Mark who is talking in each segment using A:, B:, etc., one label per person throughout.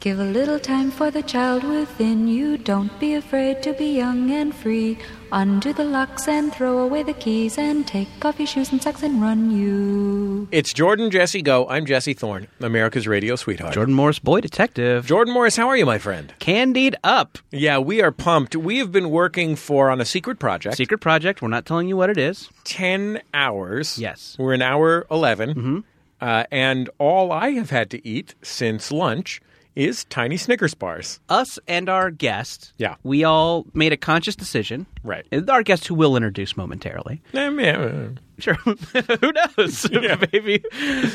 A: Give a little time for the child within you. Don't be afraid to be young and free. Undo the locks and throw away the keys and take off your shoes and socks and run you.
B: It's Jordan Jesse Go. I'm Jesse Thorne, America's radio sweetheart.
C: Jordan Morris, boy detective.
B: Jordan Morris, how are you, my friend?
C: Candied up.
B: Yeah, we are pumped. We have been working for on a secret project.
C: Secret project. We're not telling you what it is.
B: 10 hours.
C: Yes. Mm-hmm.
B: We're in hour 11. Uh, and all I have had to eat since lunch is tiny Snickers bars.
C: Us and our guest.
B: Yeah.
C: We all made a conscious decision.
B: Right.
C: And Our guest, who we'll introduce momentarily.
B: Eh, meh, eh.
C: Sure. who knows? Maybe.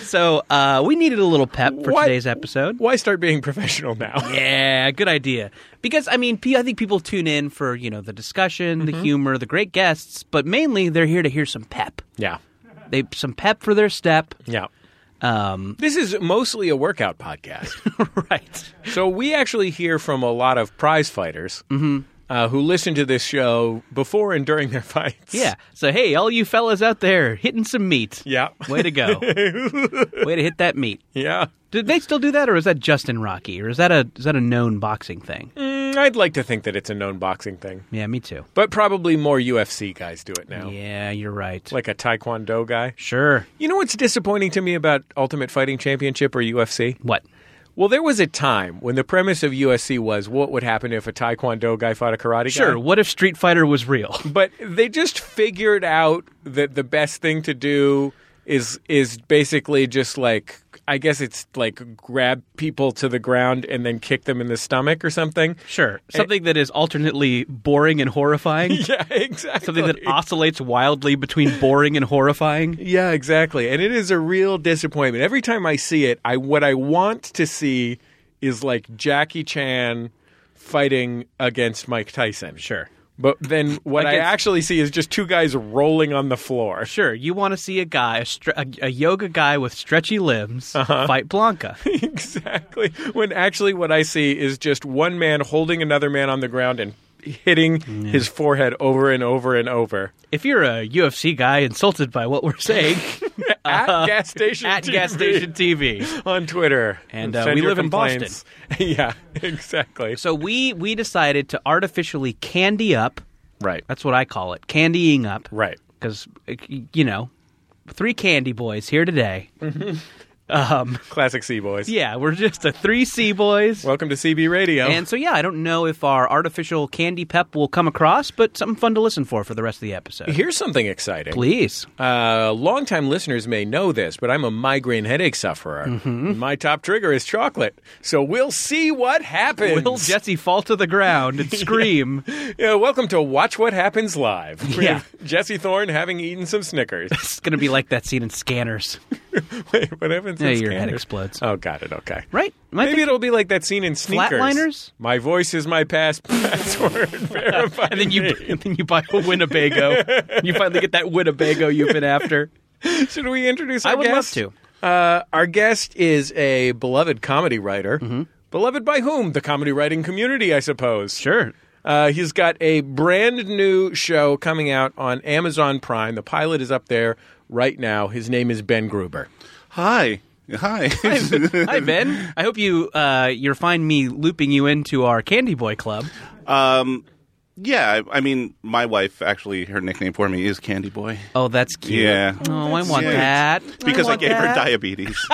C: So uh, we needed a little pep for
B: Why-
C: today's episode.
B: Why start being professional now?
C: Yeah, good idea. Because I mean, pe- I think people tune in for you know the discussion,
B: Mm-hmm.
C: the humor, the great guests, but mainly they're here to hear some pep.
B: Yeah.
C: They some pep for their step.
B: Yeah.
C: Um,
B: This is mostly a workout podcast.
C: right.
B: So we actually hear from a lot of prize fighters
C: Mm-hmm.
B: uh, who listen to this show before and during their fights.
C: Yeah. So hey, all you fellas out there hitting some meat.
B: Yeah.
C: Way to go. Way to hit that meat.
B: Yeah.
C: Did they still do that, or is that Justin Rocky, or is that a is that a known boxing thing?
B: Mm, I'd like to think that it's a known boxing thing,
C: Yeah, me too.
B: but probably more UFC guys do it now.
C: Yeah, you're right.
B: Like a Taekwondo guy.
C: sure.
B: You know what's disappointing to me about Ultimate Fighting Championship or UFC?
C: What?
B: Well, there was a time when the premise of UFC was what would happen if a Taekwondo guy fought a karate guy.
C: Sure. What if Street Fighter was real?
B: but they just figured out that the best thing to do is is basically just like I guess it's like grab people to the ground and then kick them in the stomach or something.
C: Sure. Something that is alternately boring and horrifying.
B: Yeah, exactly.
C: Something that oscillates wildly between boring and horrifying.
B: Yeah, exactly. And it is a real disappointment. Every time I see it, I what I want to see is like Jackie Chan fighting against Mike Tyson.
C: Sure.
B: But then what I
C: Against-
B: actually see is just two guys rolling on the floor.
C: Sure, you want to see a guy, a, stre- a, a yoga guy with stretchy limbs, fight Blanca.
B: exactly. When actually what I see is just one man holding another man on the ground and hitting his forehead over and over and over
C: if you're a UFC guy insulted by what we're saying,
B: at
C: uh,
B: gas station
C: at gas
B: TV
C: station TV.
B: on Twitter.
C: And, uh,
B: send
C: we
B: your
C: live in
B: complaints. yeah, exactly.
C: So we we decided to artificially candy up.
B: right.
C: That's what I call it, candying up.
B: Right.
C: Because you know, three candy boys here today. Um,
B: Classic C boys.
C: yeah, we're just a three C boys.
B: Welcome to CB Radio.
C: and so, yeah, I don't know if our artificial candy pep will come across, but something fun to listen for for the rest of the episode.
B: Here's something exciting.
C: Please.
B: Uh, longtime listeners may know this, but I'm a migraine headache sufferer.
C: Mm-hmm.
B: My top trigger is chocolate. So we'll see what happens.
C: Will Jesse fall to the ground and scream?
B: Yeah, welcome to Watch What Happens Live. with
C: Yeah.
B: Jesse Thorne having eaten some Snickers.
C: It's going to be like that scene in Scanners.
B: Wait, what happens?
C: Yeah,
B: in
C: your head
B: Scanners?
C: explodes.
B: Oh, got it. Okay.
C: Right? Am I
B: Maybe
C: thinking-
B: it'll be like that scene in Sneakers.
C: Flatliners?
B: My voice is my past password. Verify
C: and then you
B: me.
C: and then you buy a Winnebago. you finally get that Winnebago you've been after.
B: Should we introduce our
C: I would
B: guest?
C: love
B: to. Uh, our guest is a beloved comedy writer.
C: Mm-hmm.
B: Beloved by whom? The comedy writing community, I suppose.
C: Sure.
B: Uh, he's got a brand new show coming out on Amazon Prime. The pilot is up there right now. His name is Ben Gruber.
D: Hi. Hi.
C: Hi Ben. I hope you uh, you find me looping you into our Candy Boy Club.
D: um, yeah, I, I mean, my wife actually, her nickname for me is Candy Boy.
C: Oh, that's cute.
D: Yeah.
C: Oh, I want
D: Yeah.
C: that
D: Because I,
C: want
D: gave her
C: that.
D: diabetes.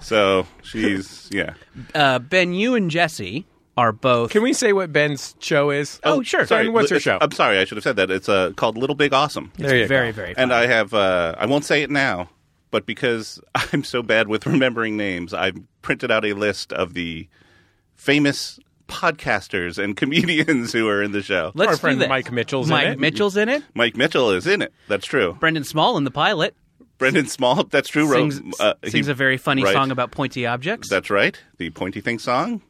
D: so she's, yeah.
C: Uh, ben, you and Jesse are both.
B: Can we say what Ben's show is?
C: Oh, sure.
B: Sorry, what's your
D: It's-
B: show?
D: I'm sorry, I should have said that. It's uh, called Little Big Awesome.
B: There you
C: very
B: go.
C: very.
D: And I have, uh, I won't say it now, but because I'm so bad with remembering names, I've printed out a list of the famous podcasters and comedians who are in the show.
C: Let's
B: Our
C: do
B: friend
C: this.
B: Mike Mitchell's in
C: Mike
B: it.
C: Mitchell's in it.
D: Mike Mitchell is in it. That's true.
C: Brendan Small in the pilot
D: Brendan Small, that's true. wrote,
C: sings,
D: uh, he-
C: sings a very funny
D: right.
C: song about pointy objects.
D: That's right. The pointy thing song.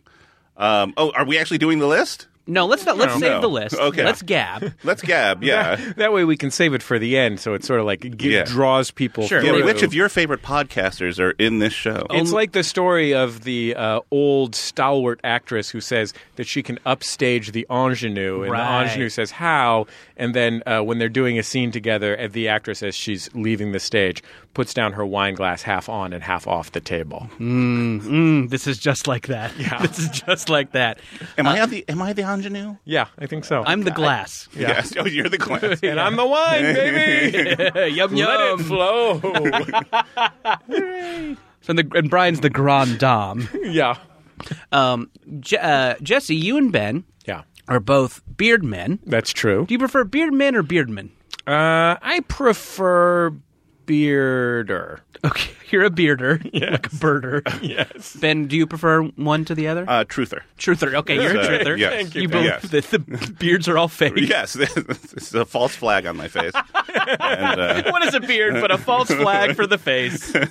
D: Um, oh, are we actually doing the list?
C: No, let's not. Let's
D: No.
C: save
D: No.
C: the list.
D: Okay.
C: Let's gab.
D: Let's gab, yeah.
B: That way we can save it for the end, so it sort of like gi-
D: Yeah.
B: draws people.
C: Sure.
D: yeah
B: through.
D: which of your favorite podcasters are in this show?
C: Oh,
B: It's like the story of the uh, old stalwart actress who says that she can upstage the ingenue, and
C: Right.
B: the ingenue says how. And then uh, when they're doing a scene together, and the actress, as she's leaving the stage, puts down her wine glass half on and half off the table.
C: Mm, this is just like that. Yeah. This is just like that.
D: Am
C: uh,
D: I the am I the ingenue?
B: Yeah, I think so.
C: I'm the glass.
D: Yes. Oh, you're the glass.
B: and I'm the wine, baby.
C: yum
B: Let it
C: yum.
B: flow.
C: So the, and Brian's the grand dame.
B: yeah,
C: Um, Je- uh, Jesse, you and Ben
B: yeah,
C: are both beard men.
B: that's true.
C: Do you prefer beard men or beard men?
B: Uh, I prefer bearder.
C: Okay, you're a bearder, like a birder.
B: Yes.
C: Ben, do you prefer one to the other?
D: Uh, truther.
C: truther. Okay, you're a
D: Yes, uh,
C: truther.
D: yes. Thank you,
C: you
D: Ben.
C: both.
D: Yes.
C: The, the beards are all fake.
D: Yes, this is a false flag on my face. and, uh,
C: What is a beard but a false flag for the face?
B: Uh,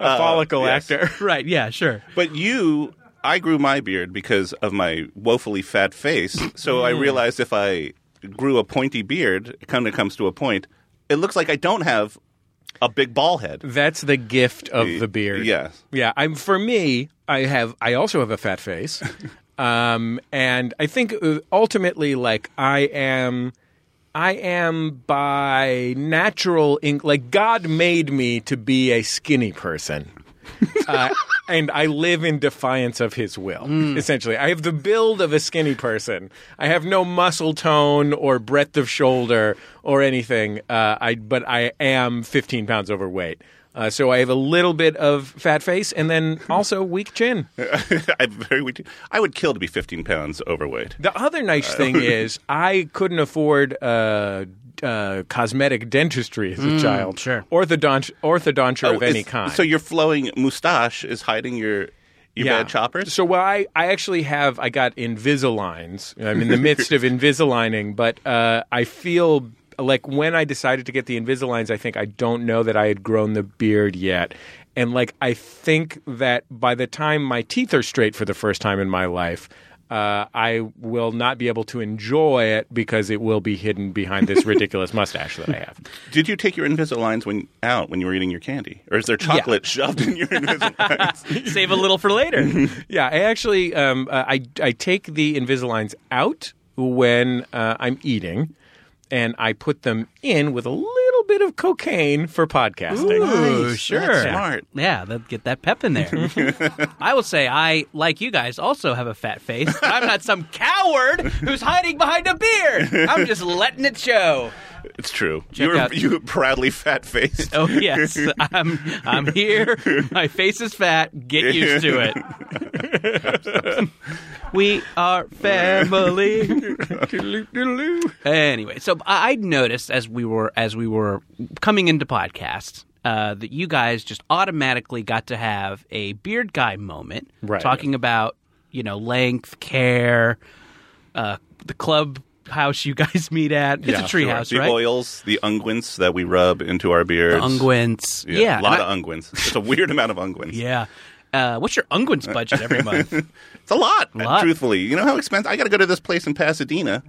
B: A follicle
D: yes.
B: actor.
C: right? Yeah, sure.
D: but you, I grew my beard because of my woefully fat face. So
B: Mm.
D: I realized if I grew a pointy beard, it kind of comes to a point. It looks like I don't have a big ball head.
B: That's the gift of the beard.
D: yes.
B: Yeah. I'm for me. I have. I also have a fat face, um, and I think uh, ultimately, like I am, I am by natural. In- like God made me to be a skinny person. uh, and I live in defiance of his will.
D: Mm.
B: Essentially, I have the build of a skinny person. I have no muscle tone or breadth of shoulder or anything. Uh, I but I am 15 pounds overweight. Uh, so I have a little bit of fat face and then also weak chin.
D: I very weak. I would kill to be 15 pounds overweight.
B: The other nice
D: Uh,
B: thing is I couldn't afford uh, uh, cosmetic dentistry as a child,
C: sure.
B: orthodont- orthodonture of any
D: Mm, Oh, It's-
B: kind.
D: So your flowing mustache is hiding your your bad choppers.
B: So well, I, I actually have I got Invisaligns. I'm in the midst of Invisalining, but uh, I feel like when I decided to get the Invisaligns, I think I don't know that I had grown the beard yet. And like I think that by the time my teeth are straight for the first time in my life, uh, I will not be able to enjoy it because it will be hidden behind this ridiculous mustache that I have.
D: Did you take your Invisaligns when out when you were eating your candy, or is there chocolate shoved in your Invisaligns?
C: Save a little for later.
B: Yeah, I actually um, uh, I I take the Invisaligns out when uh, I'm eating, and I put them in with a little bit of cocaine for podcasting.
C: Ooh,
D: Nice.
C: sure.
D: That's smart.
C: Yeah, that, get that pep in there. I will say, I, like you guys, also have a fat face. but I'm not some coward who's hiding behind a beard. I'm just letting it show.
D: it's true. you were
C: out-
D: you were proudly fat faced.
C: Oh yes, I'm I'm here. My face is fat. Get used to it. we are family. anyway, so I I noticed as we were as we were coming into podcasts uh, that you guys just automatically got to have a beard guy moment,
B: Right.
C: talking about you know length, care, uh, the club house you guys meet at. It's a
B: Yeah,
C: tree
B: sure.
C: house,
D: the
C: right?
D: oils, the unguents that we rub into our beards.
C: Unguents.
D: Yeah,
C: yeah
D: a lot
C: and I-
D: of unguents. It's a weird amount of unguents.
C: Yeah. Uh, what's your unguents budget every month?
D: It's a lot,
C: Lot.
D: Truthfully, you know how expensive. I got to go to this place in Pasadena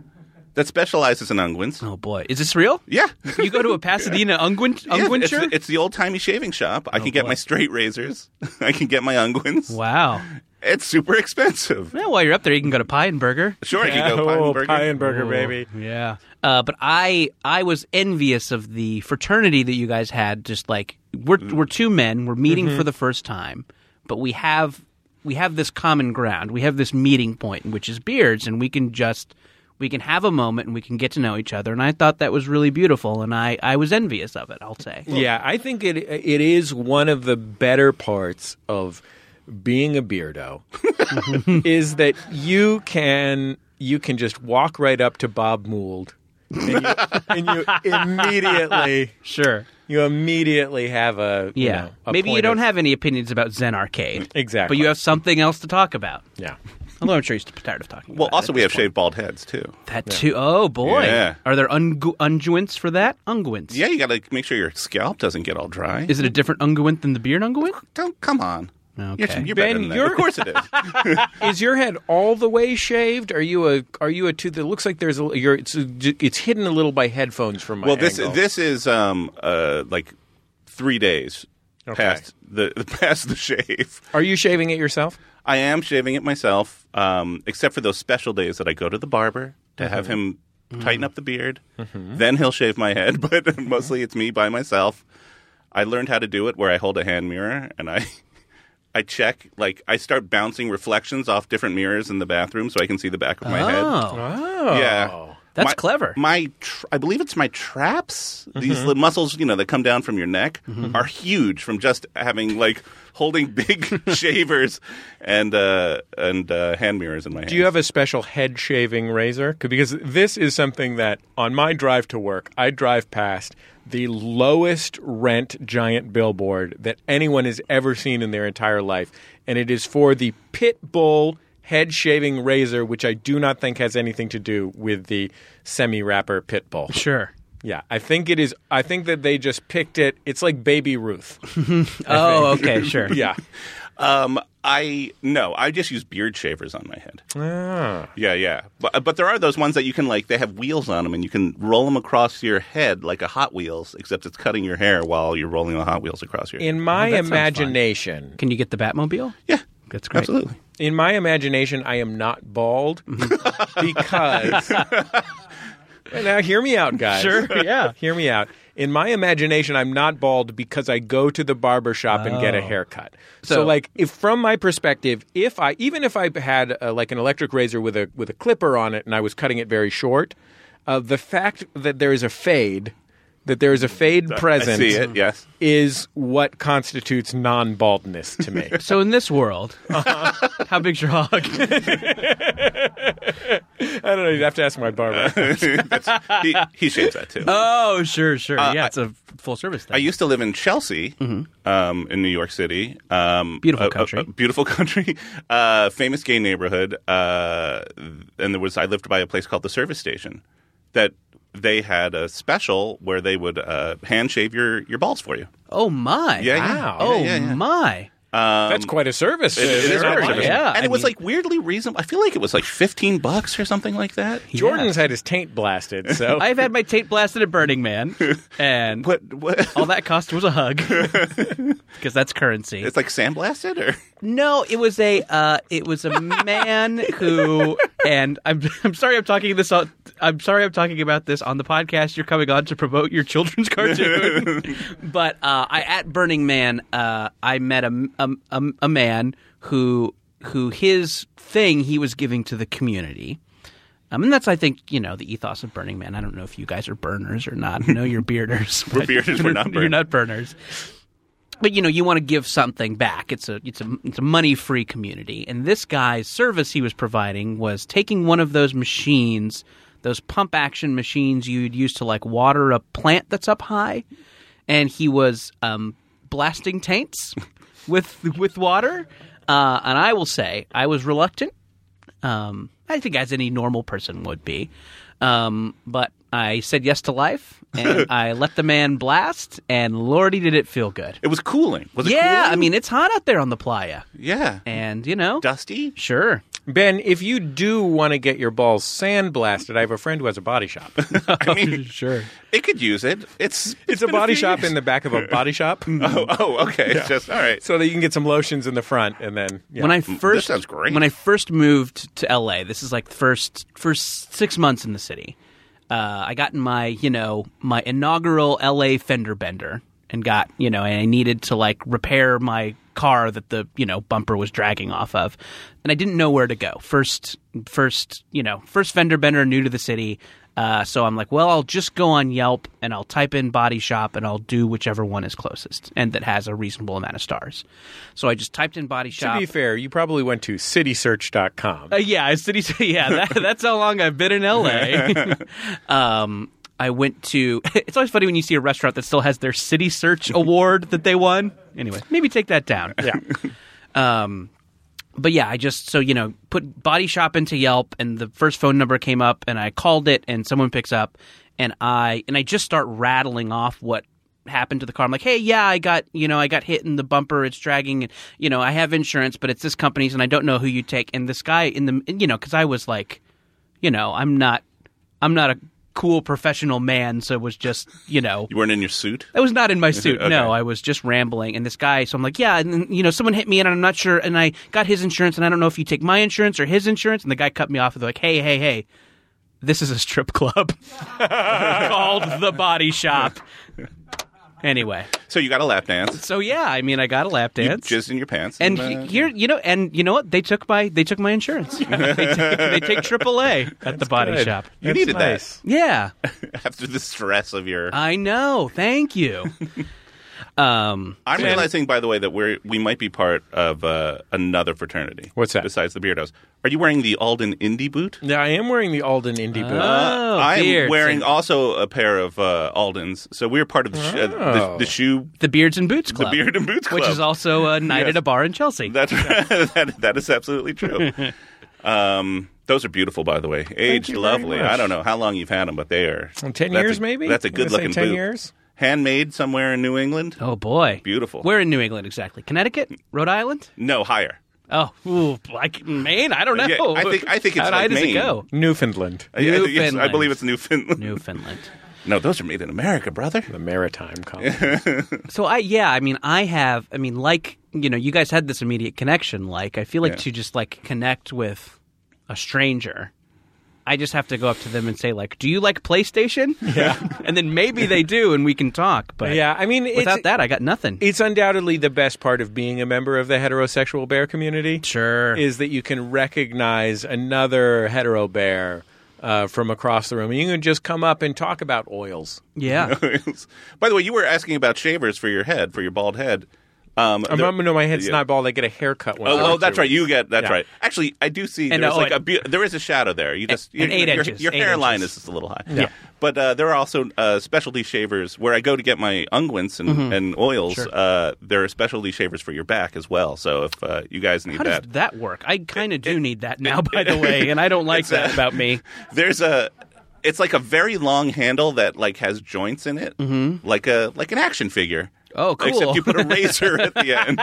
D: that specializes in unguents.
C: oh boy, is this real?
D: Yeah.
C: You go to a Pasadena unguent
D: Yeah,
C: unguent
D: it's,
C: shirt? Oh,
D: it's the old timey shaving shop. I can get
C: boy.
D: my straight razors. I can get my unguents.
C: wow.
D: It's super expensive.
C: Well, while you're up there, you can go to Pie and Burger.
D: Sure, I can go pie
B: oh,
D: and burger.
B: pie and burger, baby.
C: Yeah. Uh, but I I was envious of the fraternity that you guys had. Just like we're
B: Mm.
C: we're two men, we're meeting
B: Mm-hmm.
C: for the first time, but we have we have this common ground. We have this meeting point, which is beards, and we can just we can have a moment and we can get to know each other. And I thought that was really beautiful, and I I was envious of it. I'll say.
B: Yeah, I think it it is one of the better parts of being a beardo is that you can you can just walk right up to Bob Mould and you, and you immediately
C: Sure.
B: you immediately have a you
C: Yeah.
B: know, a
C: Maybe you
B: point
C: don't
B: of-
C: have any opinions about Zen Arcade.
B: Exactly.
C: But you have something else to talk about.
B: yeah
C: Although I'm sure you're tired of talking
D: Well,
C: about it
D: also
C: at
D: we have
C: this
D: shaved bald heads too.
C: point. That too. Oh, boy.
D: Yeah.
C: Are there ungu- unguents for that? Unguents.
D: Yeah, you got to make sure your scalp doesn't get all dry.
C: Is it a different unguent than the beard unguent?
D: Don't come on.
C: Okay.
D: You're, you're
B: Ben,
D: better than that.
B: you're-
D: Of course it is.
B: Is your head all the way shaved? Are you a are you a tooth that looks like there's a you're, it's it's hidden a little by headphones from my
D: well, this
B: angle.
D: this is um uh like three days
B: Okay.
D: past the past the shave.
B: Are you shaving it yourself?
D: I am shaving it myself, um, except for those special days that I go to the barber to have him
C: Mm-hmm.
D: tighten up the beard. Then he'll shave my head, but mostly it's me by myself. I learned how to do it where I hold a hand mirror and I. I check, like I start bouncing reflections off different mirrors in the bathroom, so I can see the back of my head.
C: Oh,
B: Oh,
D: Yeah,
C: that's
D: My-
C: clever.
D: My, tr- I believe it's my traps. These
B: Mm-hmm.
D: little muscles, you know, that come down from your neck are huge from just having like holding big shavers and uh, and uh, hand mirrors in my hand.
B: Do you have a special head shaving razor? 'Cause- Because this is something that on my drive to work, I drive past the lowest rent giant billboard that anyone has ever seen in their entire life, and it is for the pit bull head shaving razor, which I do not think has anything to do with the semi wrapper pit bull.
C: Sure.
B: Yeah, I think it is. I think that they just picked it. It's like Baby Ruth.
C: Oh, okay, sure.
B: Yeah.
D: Um, I no, I just use beard shavers on my head.
B: Ah.
D: Yeah, yeah, but but there are those ones that you can like. They have wheels on them, and you can roll them across your head like a Hot Wheels, except it's cutting your hair while you're rolling the Hot Wheels across your. head.
B: In my
C: sounds fun.
B: imagination,
C: Can you get the Batmobile?
D: yeah,
C: That's great.
D: absolutely.
B: in my imagination, I am not bald because. now, hear me out, guys.
C: Sure, yeah.
B: Hear me out. In my imagination, I'm not bald because I go to the barber shop and get a
C: Oh.
B: haircut. So,
C: So-
B: like, if from my perspective, if I even if I had uh, like an electric razor with a with a clipper on it and I was cutting it very short, uh, the fact that there is a fade, that there is a fade present,
D: I see it. Yes.
B: is what constitutes non baldness to me.
C: So in this world, how big's your hog?
B: I don't know. You'd have to ask my barber.
D: That's- he, he shaves that too.
C: oh, sure, sure. yeah, it's a full service thing.
D: Uh, I used to live in Chelsea, um, in New York City.
C: Mm-hmm.
D: Um,
C: Beautiful
D: a- a-
C: country.
D: a beautiful country. Uh, famous gay neighborhood. Uh, and there was I lived by a place called the Service Station, that they had a special where they would uh, hand shave your, your balls for you.
C: oh my.
D: Yeah,
B: Wow.
D: yeah.
C: Oh
D: yeah, yeah, yeah.
C: my.
B: That's quite a service.
D: Um, It- it is
B: Sure.
D: a
C: service.
D: service.
C: Oh, Yeah,
D: and
C: I
D: it was
C: mean-
D: like weirdly reasonable. I feel like it was like fifteen bucks or something like that.
B: Jordan's had his taint blasted, so
C: I've had my tape blasted at Burning Man, and
D: What? what?
C: all that cost was a hug because that's currency.
D: It's like sandblasted, or
C: No, it was a uh, it was a man who and I'm I'm sorry I'm talking this on I'm sorry I'm talking about this on the podcast you're coming on to promote your children's cartoon. but uh, I at Burning Man uh, I met a, a a a man who who his thing he was giving to the community. Um, and that's, I think, you know, the ethos of Burning Man. I don't know if you guys are burners or not. I know you're bearders.
D: We're
C: but
D: bearders, we're not
C: You're
D: burners.
C: not burners but you know you want to give something back it's a it's a it's a money free community and this guy's service he was providing was taking one of those machines those pump action machines you'd use to like water a plant that's up high and he was um, blasting taints with with water uh, and i will say i was reluctant um, I think as any normal person would be. Um, but I said yes to life, and I let the man blast, and Lordy, did it feel good.
D: it was cooling. Was it?
C: yeah,
D: cooling?
C: I mean, it's hot out there on the playa,
D: yeah,
C: and you know,
D: dusty.
C: sure.
B: Ben, if you do want to get your balls sandblasted, I have a friend who has a body shop.
D: I mean,
C: Sure.
D: It could use it. It's
B: It's a
D: been
B: body
D: few
B: shop
D: years.
B: in the back of a body shop,
D: oh, oh, okay. It's just all right.
B: so that you can get some lotions in the front, and then yeah. Mm,
C: When I first
D: sounds great.
C: when I first moved to LA, this is like the first first six months in the city. Uh, I got in my you know my inaugural LA fender bender and got you know and I needed to like repair my car that the you know bumper was dragging off of, and I didn't know where to go. First first you know first fender bender new to the city. Uh, so I'm like, well, I'll just go on Yelp and I'll type in body shop and I'll do whichever one is closest and that has a reasonable amount of stars. So I just typed in body shop.
B: to be fair, you probably went to citysearch.com.
C: Uh, yeah, it's city. Yeah, that, that's how long I've been in LA. um, I went to. It's always funny when you see a restaurant that still has their City Search award that they won. Anyway, maybe take that down. Yeah. Um, but yeah, I just so you know put body shop into Yelp, and the first phone number came up, and I called it, and someone picks up, and I and I just start rattling off what happened to the car. I'm like, hey, yeah, I got you know I got hit in the bumper. It's dragging. And, you know, I have insurance, but it's this company's, and I don't know who you take. And this guy in the you know because I was like, you know, I'm not I'm not a cool professional man, so it was just you know.
D: You weren't in your suit?
C: I was not in my suit.
D: Okay.
C: No, I was just rambling. And this guy, so I'm like, yeah, and then, you know, someone hit me, and I'm not sure. And I got his insurance, and I don't know if you take my insurance or his insurance. And the guy cut me off, and they're like, hey, hey, hey, this is a strip club called the Body Shop. Anyway,
D: So you got a lap dance.
C: so yeah, I mean, I got a lap dance.
D: Just in your pants.
C: and
D: uh,
C: he- here, you know, and you know what? They took my they took my insurance. they, take, they take AAA at the Body
B: Good.
C: Shop.
D: You needed that.
B: nice.
C: Yeah.
D: after the stress of your.
C: I know. Thank you. um,
D: I'm realizing, by the way, that we're we might be part of uh, another fraternity.
B: What's that?
D: Besides the Beardos, are you wearing the Alden Indie boot?
B: Now I am wearing the Alden indie boot.
C: Oh,
D: Uh, I am
C: beards
D: wearing
C: and-
D: also a pair of uh, Aldens, so we're part of the, sh- uh, the, the shoe,
C: the Beards and Boots Club,
D: the beard and boots club,
C: which is also a night
D: Yes.
C: at a bar in Chelsea.
D: That's that, that is absolutely true. um, those are beautiful, by the way. Aged
B: you very
D: lovely.
B: much.
D: I don't know how long you've had them, but they are
B: Ten
D: that's
B: years,
D: a-
B: maybe.
D: That's a
B: I'm gonna
D: good looking
B: say Ten
D: boot.
B: years.
D: Handmade somewhere in New England.
C: oh boy,
D: Beautiful.
C: We're in New England exactly? Connecticut, Rhode Island?
D: No higher.
C: Oh, ooh, like Maine? I don't know.
D: Yeah, I think- I think it's
C: how high
D: like
C: does it
D: Maine.
C: go?
B: Newfoundland,
D: I- I think it's- I
C: Newfoundland.
D: believe it's Newfoundland.
C: Newfoundland.
D: No, those are made in America, brother.
B: the maritime colony.
C: So I yeah, I mean I have I mean like you know you guys had this immediate connection like I feel like
D: Yeah.
C: to just like connect with a stranger I just have to go up to them and say like do you like PlayStation? Yeah. and then maybe they do and we can talk but
B: yeah, I mean, it's,
C: without that I got nothing.
B: it's undoubtedly the best part of being a member of the heterosexual bear community.
C: sure.
B: is that you can recognize another hetero bear uh, from across the room. You can just come up and talk about oils.
C: yeah.
D: By the way, you were asking about shavers for your head, for your bald head. Um,
B: I'm,
D: there-
B: I'm- no, my head's
D: yeah.
B: not bald. I get a haircut. Once
D: Oh,
B: every
D: oh, that's
B: three
D: right. You get that's
B: Yeah.
D: right. Actually, I do see
C: And,
D: there's
C: oh,
D: like a
C: and-
D: be- there is a shadow there. You just
C: and eight
D: your,
C: inches,
D: Your
C: eight
D: hairline
C: inches.
D: is just a little high. Yeah. But uh, there are also uh, specialty shavers where I go to get my unguents and,
C: Mm-hmm.
D: and oils. Uh, there are specialty shavers for your back as well. So if uh, you guys need
C: How
D: that,
C: does that work? I kind of do need that now, by the way, and I don't like that about me.
D: there's a it's like a very long handle that like has joints in it, like a like an action figure.
C: Mm-hmm. Oh, cool.
D: Except you put a razor at the end,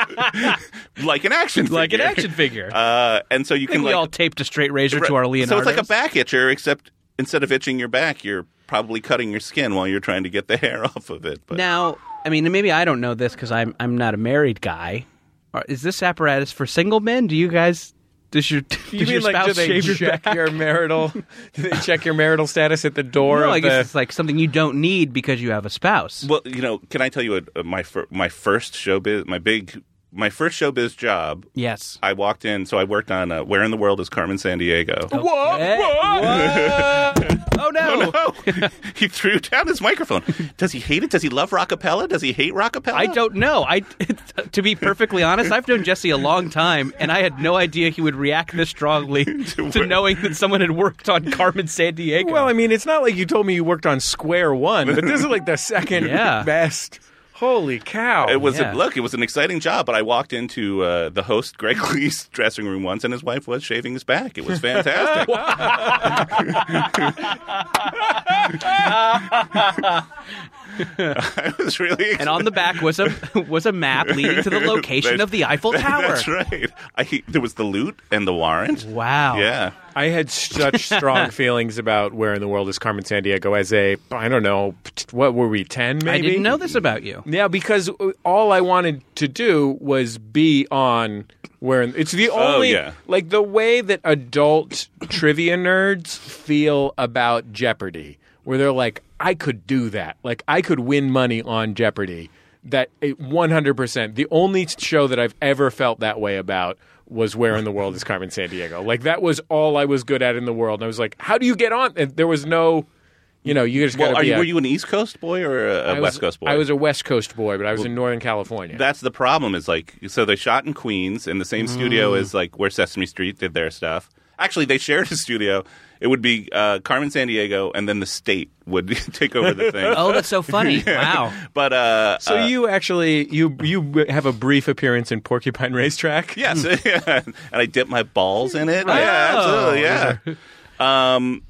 D: like an action, figure.
C: Like an action figure.
D: Uh, and so you
C: I think
D: can
C: we
D: like
C: all taped a straight razor to our Leonardo.
D: So it's like a back itcher, except instead of itching your back, you're probably cutting your skin while you're trying to get the hair off of it. But
C: Now, I mean, maybe I don't know this because I'm I'm not a married guy. Are- Is this apparatus for single men? Do you guys? Does your does
B: You mean
C: your
B: like do
C: spouse
B: they
C: shave your
B: check
C: back?
B: your marital? do they check your marital status at the door?
C: no,
B: of
C: I guess
B: the-
C: it's like something you don't need because you have a spouse.
D: well, you know, can I tell you a, my fir- my first showbiz, my big, my first showbiz job?
C: yes.
D: I walked in, so I worked on uh, "Where in the World is Carmen San Diego."
B: Whoa,
C: Eh, whoa. oh no!
D: Oh, no. he threw down his microphone. Does he hate it? Does he love rockapella? Does he hate rockapella?
C: I don't know. I to be perfectly honest, I've known Jesse a long time, and I had no idea he would react this strongly to knowing that someone had worked on Carmen San Diego.
B: Well, I mean, it's not like you told me you worked on Square One, but this is like the second
C: Yeah.
B: best. Holy cow!
D: It was
C: yeah.
D: a, look. It was an exciting job, but I walked into uh, the host Greg Lee's dressing room once, and his wife was shaving his back. It was fantastic. I was really excited.
C: and on the back was a was a map leading to the location of the Eiffel Tower.
D: That's right. I, there was the loot and the warrant.
C: Wow.
D: Yeah.
B: I had such strong feelings about where in the world is Carmen San Diego as a I don't know what were we ten maybe
C: I didn't know this about you.
B: Yeah, because uh, all I wanted to do was be on where it's the only
D: Oh, yeah.
B: like the way that adult trivia nerds feel about Jeopardy, where they're like, I could do that, like I could win money on Jeopardy. That one hundred percent. The only show that I've ever felt that way about was Where in the World is Carmen San Diego. Like that was all I was good at in the world. And I was like, how do you get on? And there was no, you know, you just got
D: Well,
B: to
D: are
B: be.
D: you,
B: a-
D: were you an East Coast boy or a, a
B: I
D: West
B: was-
D: Coast boy?
B: I was a West Coast boy, but I was in Northern California.
D: That's the problem. Is like so they shot in Queens in the same studio
B: Mm.
D: as like where Sesame Street did their stuff. Actually, they shared a studio. It would be uh, Carmen San Diego, and then the state would take over the thing.
C: Oh, that's so funny. Wow.
D: But uh,
B: so
D: uh,
B: you actually you you have a brief appearance in Porcupine Racetrack. Oh.
D: yes, yeah. and I dipped my balls in it. Yeah, absolutely. Yeah. Um,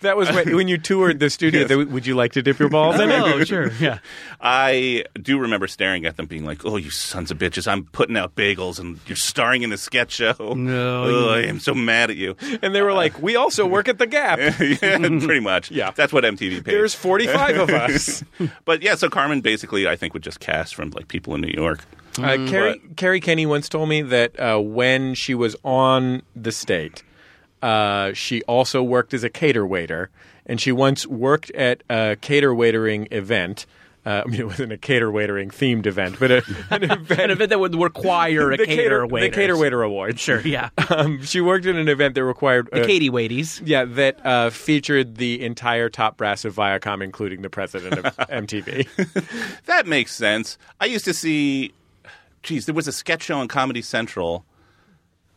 B: That was when, when you toured the studio. they- would you like to dip your balls in it?
C: Oh, sure. Yeah.
D: I do remember staring at them, being like, "Oh, you sons of bitches! I'm putting out bagels, and you're starring in a sketch show.
C: No,
D: Ugh, I am so mad at you."
B: And they were like, "We also work at the Gap.
D: yeah, pretty much.
B: Yeah.
D: that's what MTV paid.
B: There's 45 of us."
D: but yeah, so Carmen basically, I think, would just cast from like people in New York.
B: Uh,
D: Mm,
B: Carrie, Carrie Kenny once told me that uh, when she was on the state, uh, she also worked as a cater waiter, and she once worked at a cater waitering event. Uh, I mean, it wasn't a cater waitering themed event, but a, an
C: an
B: event.
C: event that would require a
B: the
C: caterer waiter.
B: the cater waiter award.
C: Sure. Yeah.
B: Um, she worked at an event that required uh,
C: Katie Waties.
B: Yeah, that uh, featured the entire top brass of Viacom, including the president of MTV.
D: That makes sense. I used to see, geez, there was a sketch show on Comedy Central,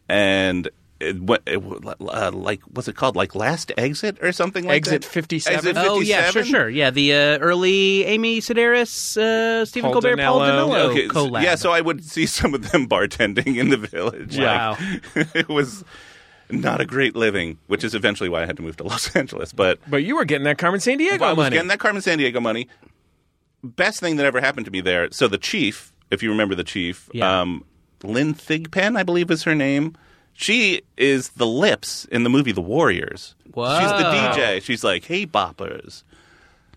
D: and it, went- it, w- uh, like, what's it called? Like Last Exit or something like
B: Exit
D: that?
B: 57?
D: Exit
C: Oh yeah, sure,
D: 57?
C: sure. Yeah, the uh, early Amy Sedaris, uh, Stephen
B: Paul
C: Colbert, Paul
B: Dinello.
C: Danilo
D: Okay, s-
C: Oh, collab.
D: yeah, so I would see some of them bartending in the village.
C: Wow.
D: Like, it was not a great living, which is eventually why I had to move to Los Angeles. But
B: But you were getting that Carmen San Diego
D: I was
B: money.
D: getting that Carmen San Diego money. Best thing that ever happened to me there. So the chief, if you remember the chief,
C: Yeah.
D: um, Lynn Thigpen, I believe is her name. She is the lips in the movie The Warriors.
C: Whoa.
D: She's the DJ. She's like, hey, boppers.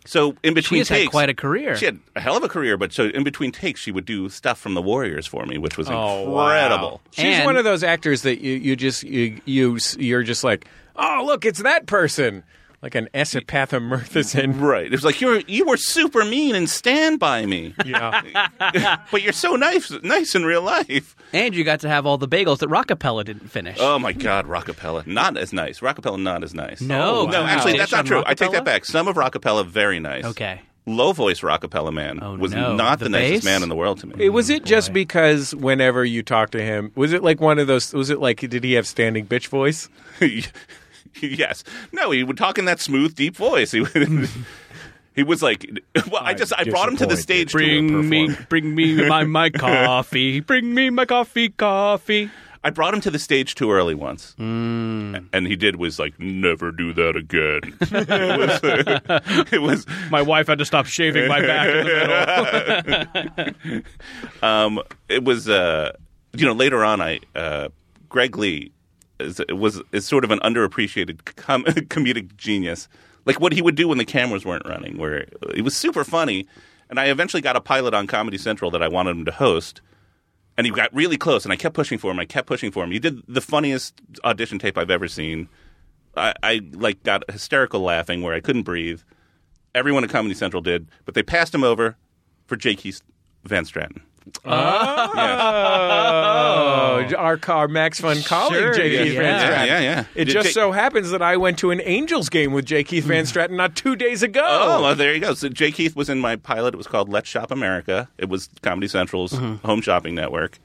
D: So in between
C: has had
D: takes,
C: quite a career.
D: She had a hell of a career, but so in between takes, she would do stuff from The Warriors for me, which was
B: Oh, wow.
D: incredible.
B: She's
C: And-
B: one of those actors that you, you just you, you you're just like, oh look, it's that person, like an esopathamurthison.
D: Right. It was like you were you were super mean and stand by me,
B: Yeah,
D: but you're so nice nice in real life.
C: and you got to have all the bagels that Rockapella didn't finish.
D: Oh my God, Rockapella. Not as nice. Rockapella, not as nice.
C: No,
D: No,
C: wow.
D: actually, that's not
C: Dish on
D: true. I take
C: Rockapella?
D: that back. Some of Rockapella, very nice.
C: Okay.
D: Low voice Rockapella man
C: Oh,
D: was
C: no.
D: not the,
C: The
D: nicest
C: bass?
D: man in the world to me.
B: it was it just because whenever you talk to him, was it like one of those? Was it like did he have standing bitch voice?
D: yes. No, he would talk in that smooth, deep voice. He would. He was like, well, I just I brought him to the
B: disappointed.
D: stage. To,
B: Bring
C: Bring
B: me-
C: me, bring me my, my coffee. Bring me my coffee, coffee.
D: I brought him to the stage too early once,
C: Hmm.
D: and he did was like, never do that again. it was, it was
C: My wife had to stop shaving my back in the middle.
D: um, it was uh, you know later on I uh, Greg Lee is, was is sort of an underappreciated com- comedic genius. Like what he would do when the cameras weren't running, where it was super funny. And I eventually got a pilot on Comedy Central that I wanted him to host. And he got really close, and I kept pushing for him. I kept pushing for him. He did the funniest audition tape I've ever seen. I, I like got hysterical laughing where I couldn't breathe. Everyone at Comedy Central did, but they passed him over for Jake East Van Stratton.
B: Oh, our car Max von Colling,
C: Sure,
B: J.
C: yeah,
B: Keith Van
C: yeah.
B: Stratton.
D: Yeah, yeah, yeah.
B: It
D: Did
B: just
D: J-
B: so happens that I went to an Angels game with J. Keith
C: Mm.
B: Van Stratton not two days ago.
D: Oh, well, there you go. So Jay Keith was in my pilot. It was called Let's Shop America. It was Comedy Central's
C: Mm-hmm.
D: home shopping network,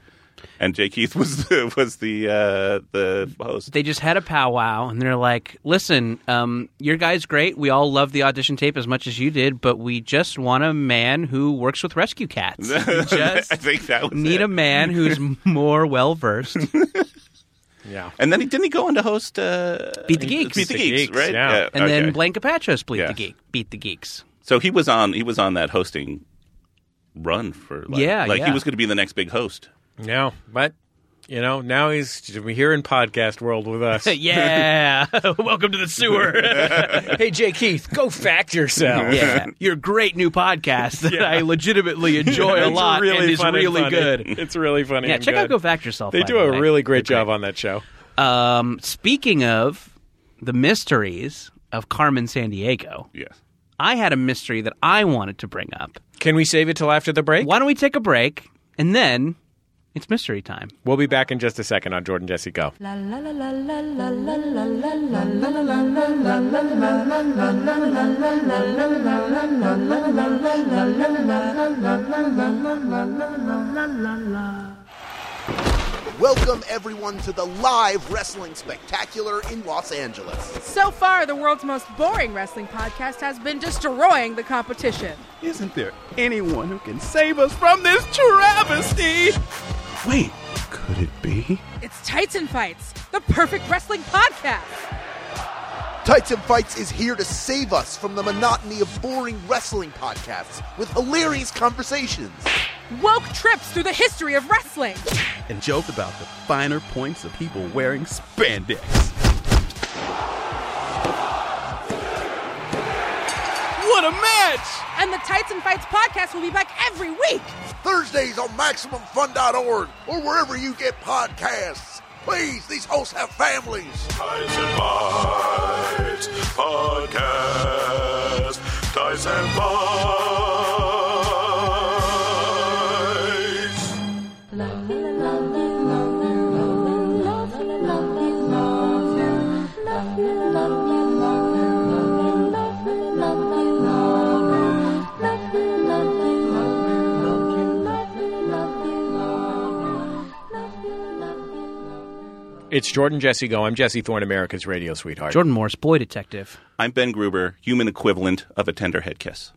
D: and Jay Keith was the, was the uh, the host.
C: They just had a powwow, and they're like, "Listen, um, your guy's great. We all love the audition tape as much as you did, but we just want a man who works with rescue cats. We just
D: I think that was
C: need
D: it.
C: a man who's more well versed.
B: yeah.
D: And then he didn't he go on to host uh,
C: Beat the Geeks.
D: Beat the
B: Beat the
D: Geeks,
B: Geeks,
D: right?
B: yeah.
C: And then
D: okay.
C: Blanca Patras beat
D: Yes.
C: the geek, beat the geeks.
D: so he was on he was on that hosting run for like,
C: Yeah,
D: like he
C: yeah.
D: was going to be the next big host.
B: No, but you know, now he's here in podcast world with us.
C: yeah, welcome to the sewer.
B: hey, Jay Keith, go fact yourself.
C: yeah, your great new podcast that I legitimately enjoy a
B: It's
C: lot and is
B: fun
C: really
B: funny.
C: good.
B: It's really funny.
C: Yeah,
B: and
C: check out Go
B: good.
C: Fact Yourself.
B: They
C: by
B: do
C: the
B: a
C: way.
B: really great job on that show.
C: Um, speaking of the mysteries of Carmen San Diego,
D: Yes.
C: I had a mystery that I wanted to bring up.
B: Can we save it till after the break?
C: Why don't we take a break and then it's mystery time.
B: We'll be back in just a second on Jordan Jesse Go.
E: Welcome everyone to the live wrestling spectacular in Los Angeles.
F: So far, the world's most boring wrestling podcast has been destroying the competition.
G: Isn't there anyone who can save us from this travesty? Wait, could it be?
F: It's Titan Fights, the perfect wrestling podcast.
E: Tights and Fights is here to save us from the monotony of boring wrestling podcasts with hilarious conversations.
F: Woke trips through the history of wrestling.
G: and joke about the finer points of people wearing spandex. What a match!
F: And the Tights and Fights podcast will be back every week.
E: Thursdays on MaximumFun.org or wherever you get podcasts. Please, these hosts have families.
H: Dice and Bites Podcast. Dice and Bites.
A: Love you, love you, love you, love you, love you, love you. Love you, love you, love you, love you, love you, love you. Love you, love you, love you, love you, love you, love you. Love you, love you, love you.
B: It's Jordan Jesse Go. I'm Jesse Thorne, America's radio sweetheart.
C: Jordan Morris, boy detective.
D: I'm Ben Gruber, human equivalent of a tender head kiss.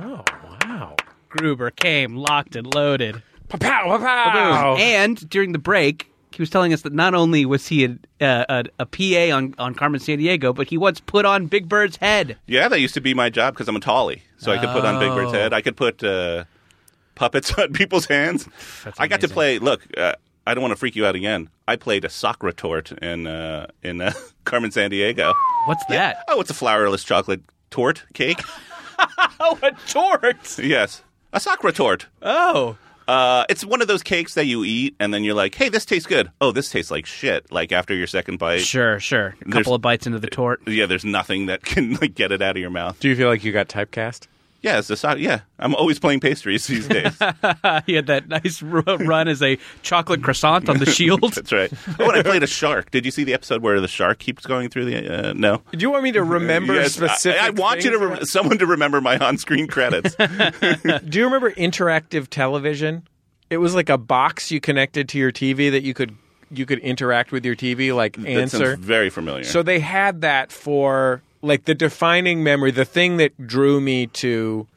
B: Oh, wow.
C: Gruber came locked and loaded.
B: Pa-pow,
D: Oh.
B: pa-pow.
C: And during the break, he was telling us that not only was he a, a, a, a PA on, on Carmen San Diego, but he once put on Big Bird's head.
D: Yeah, that used to be my job because I'm a tallie, so I could put on Big Bird's head. I could put uh, puppets on people's hands. I got to
C: amazing.
D: play. Look, uh, I don't want to freak you out again. I played a sock retort in uh, in uh, Carmen San Diego.
C: What's that?
D: Oh, it's a flourless chocolate tort cake.
C: Oh, a tort.
D: yes, a sock retort.
C: Oh.
D: Uh, it's one of those cakes that you eat, and then you're like, "Hey, this tastes good." Oh, this tastes like shit. Like after your second bite,
C: Sure, sure. A couple
D: There's-
C: of bites into the tort.
D: yeah, there's nothing that can like get it out of your mouth.
B: Do you feel like you got typecast?
D: Yeah, it's a sock. Yeah, I'm always playing pastries these days.
C: He had that nice r- run as a chocolate croissant on the shield.
D: That's right. Oh, and I played a shark. Did you see the episode where the shark keeps going through the? Uh, no.
B: Do you want me to remember
D: Yes, I-
B: specific?
D: I, want you to
B: things?
D: rem- someone to remember my on-screen credits.
B: Do you remember interactive television? It was like a box you connected to your TV that you could you could interact with your TV, like
D: That
B: answer.
D: sounds very familiar.
B: So they had that for like the defining memory, the thing that drew me to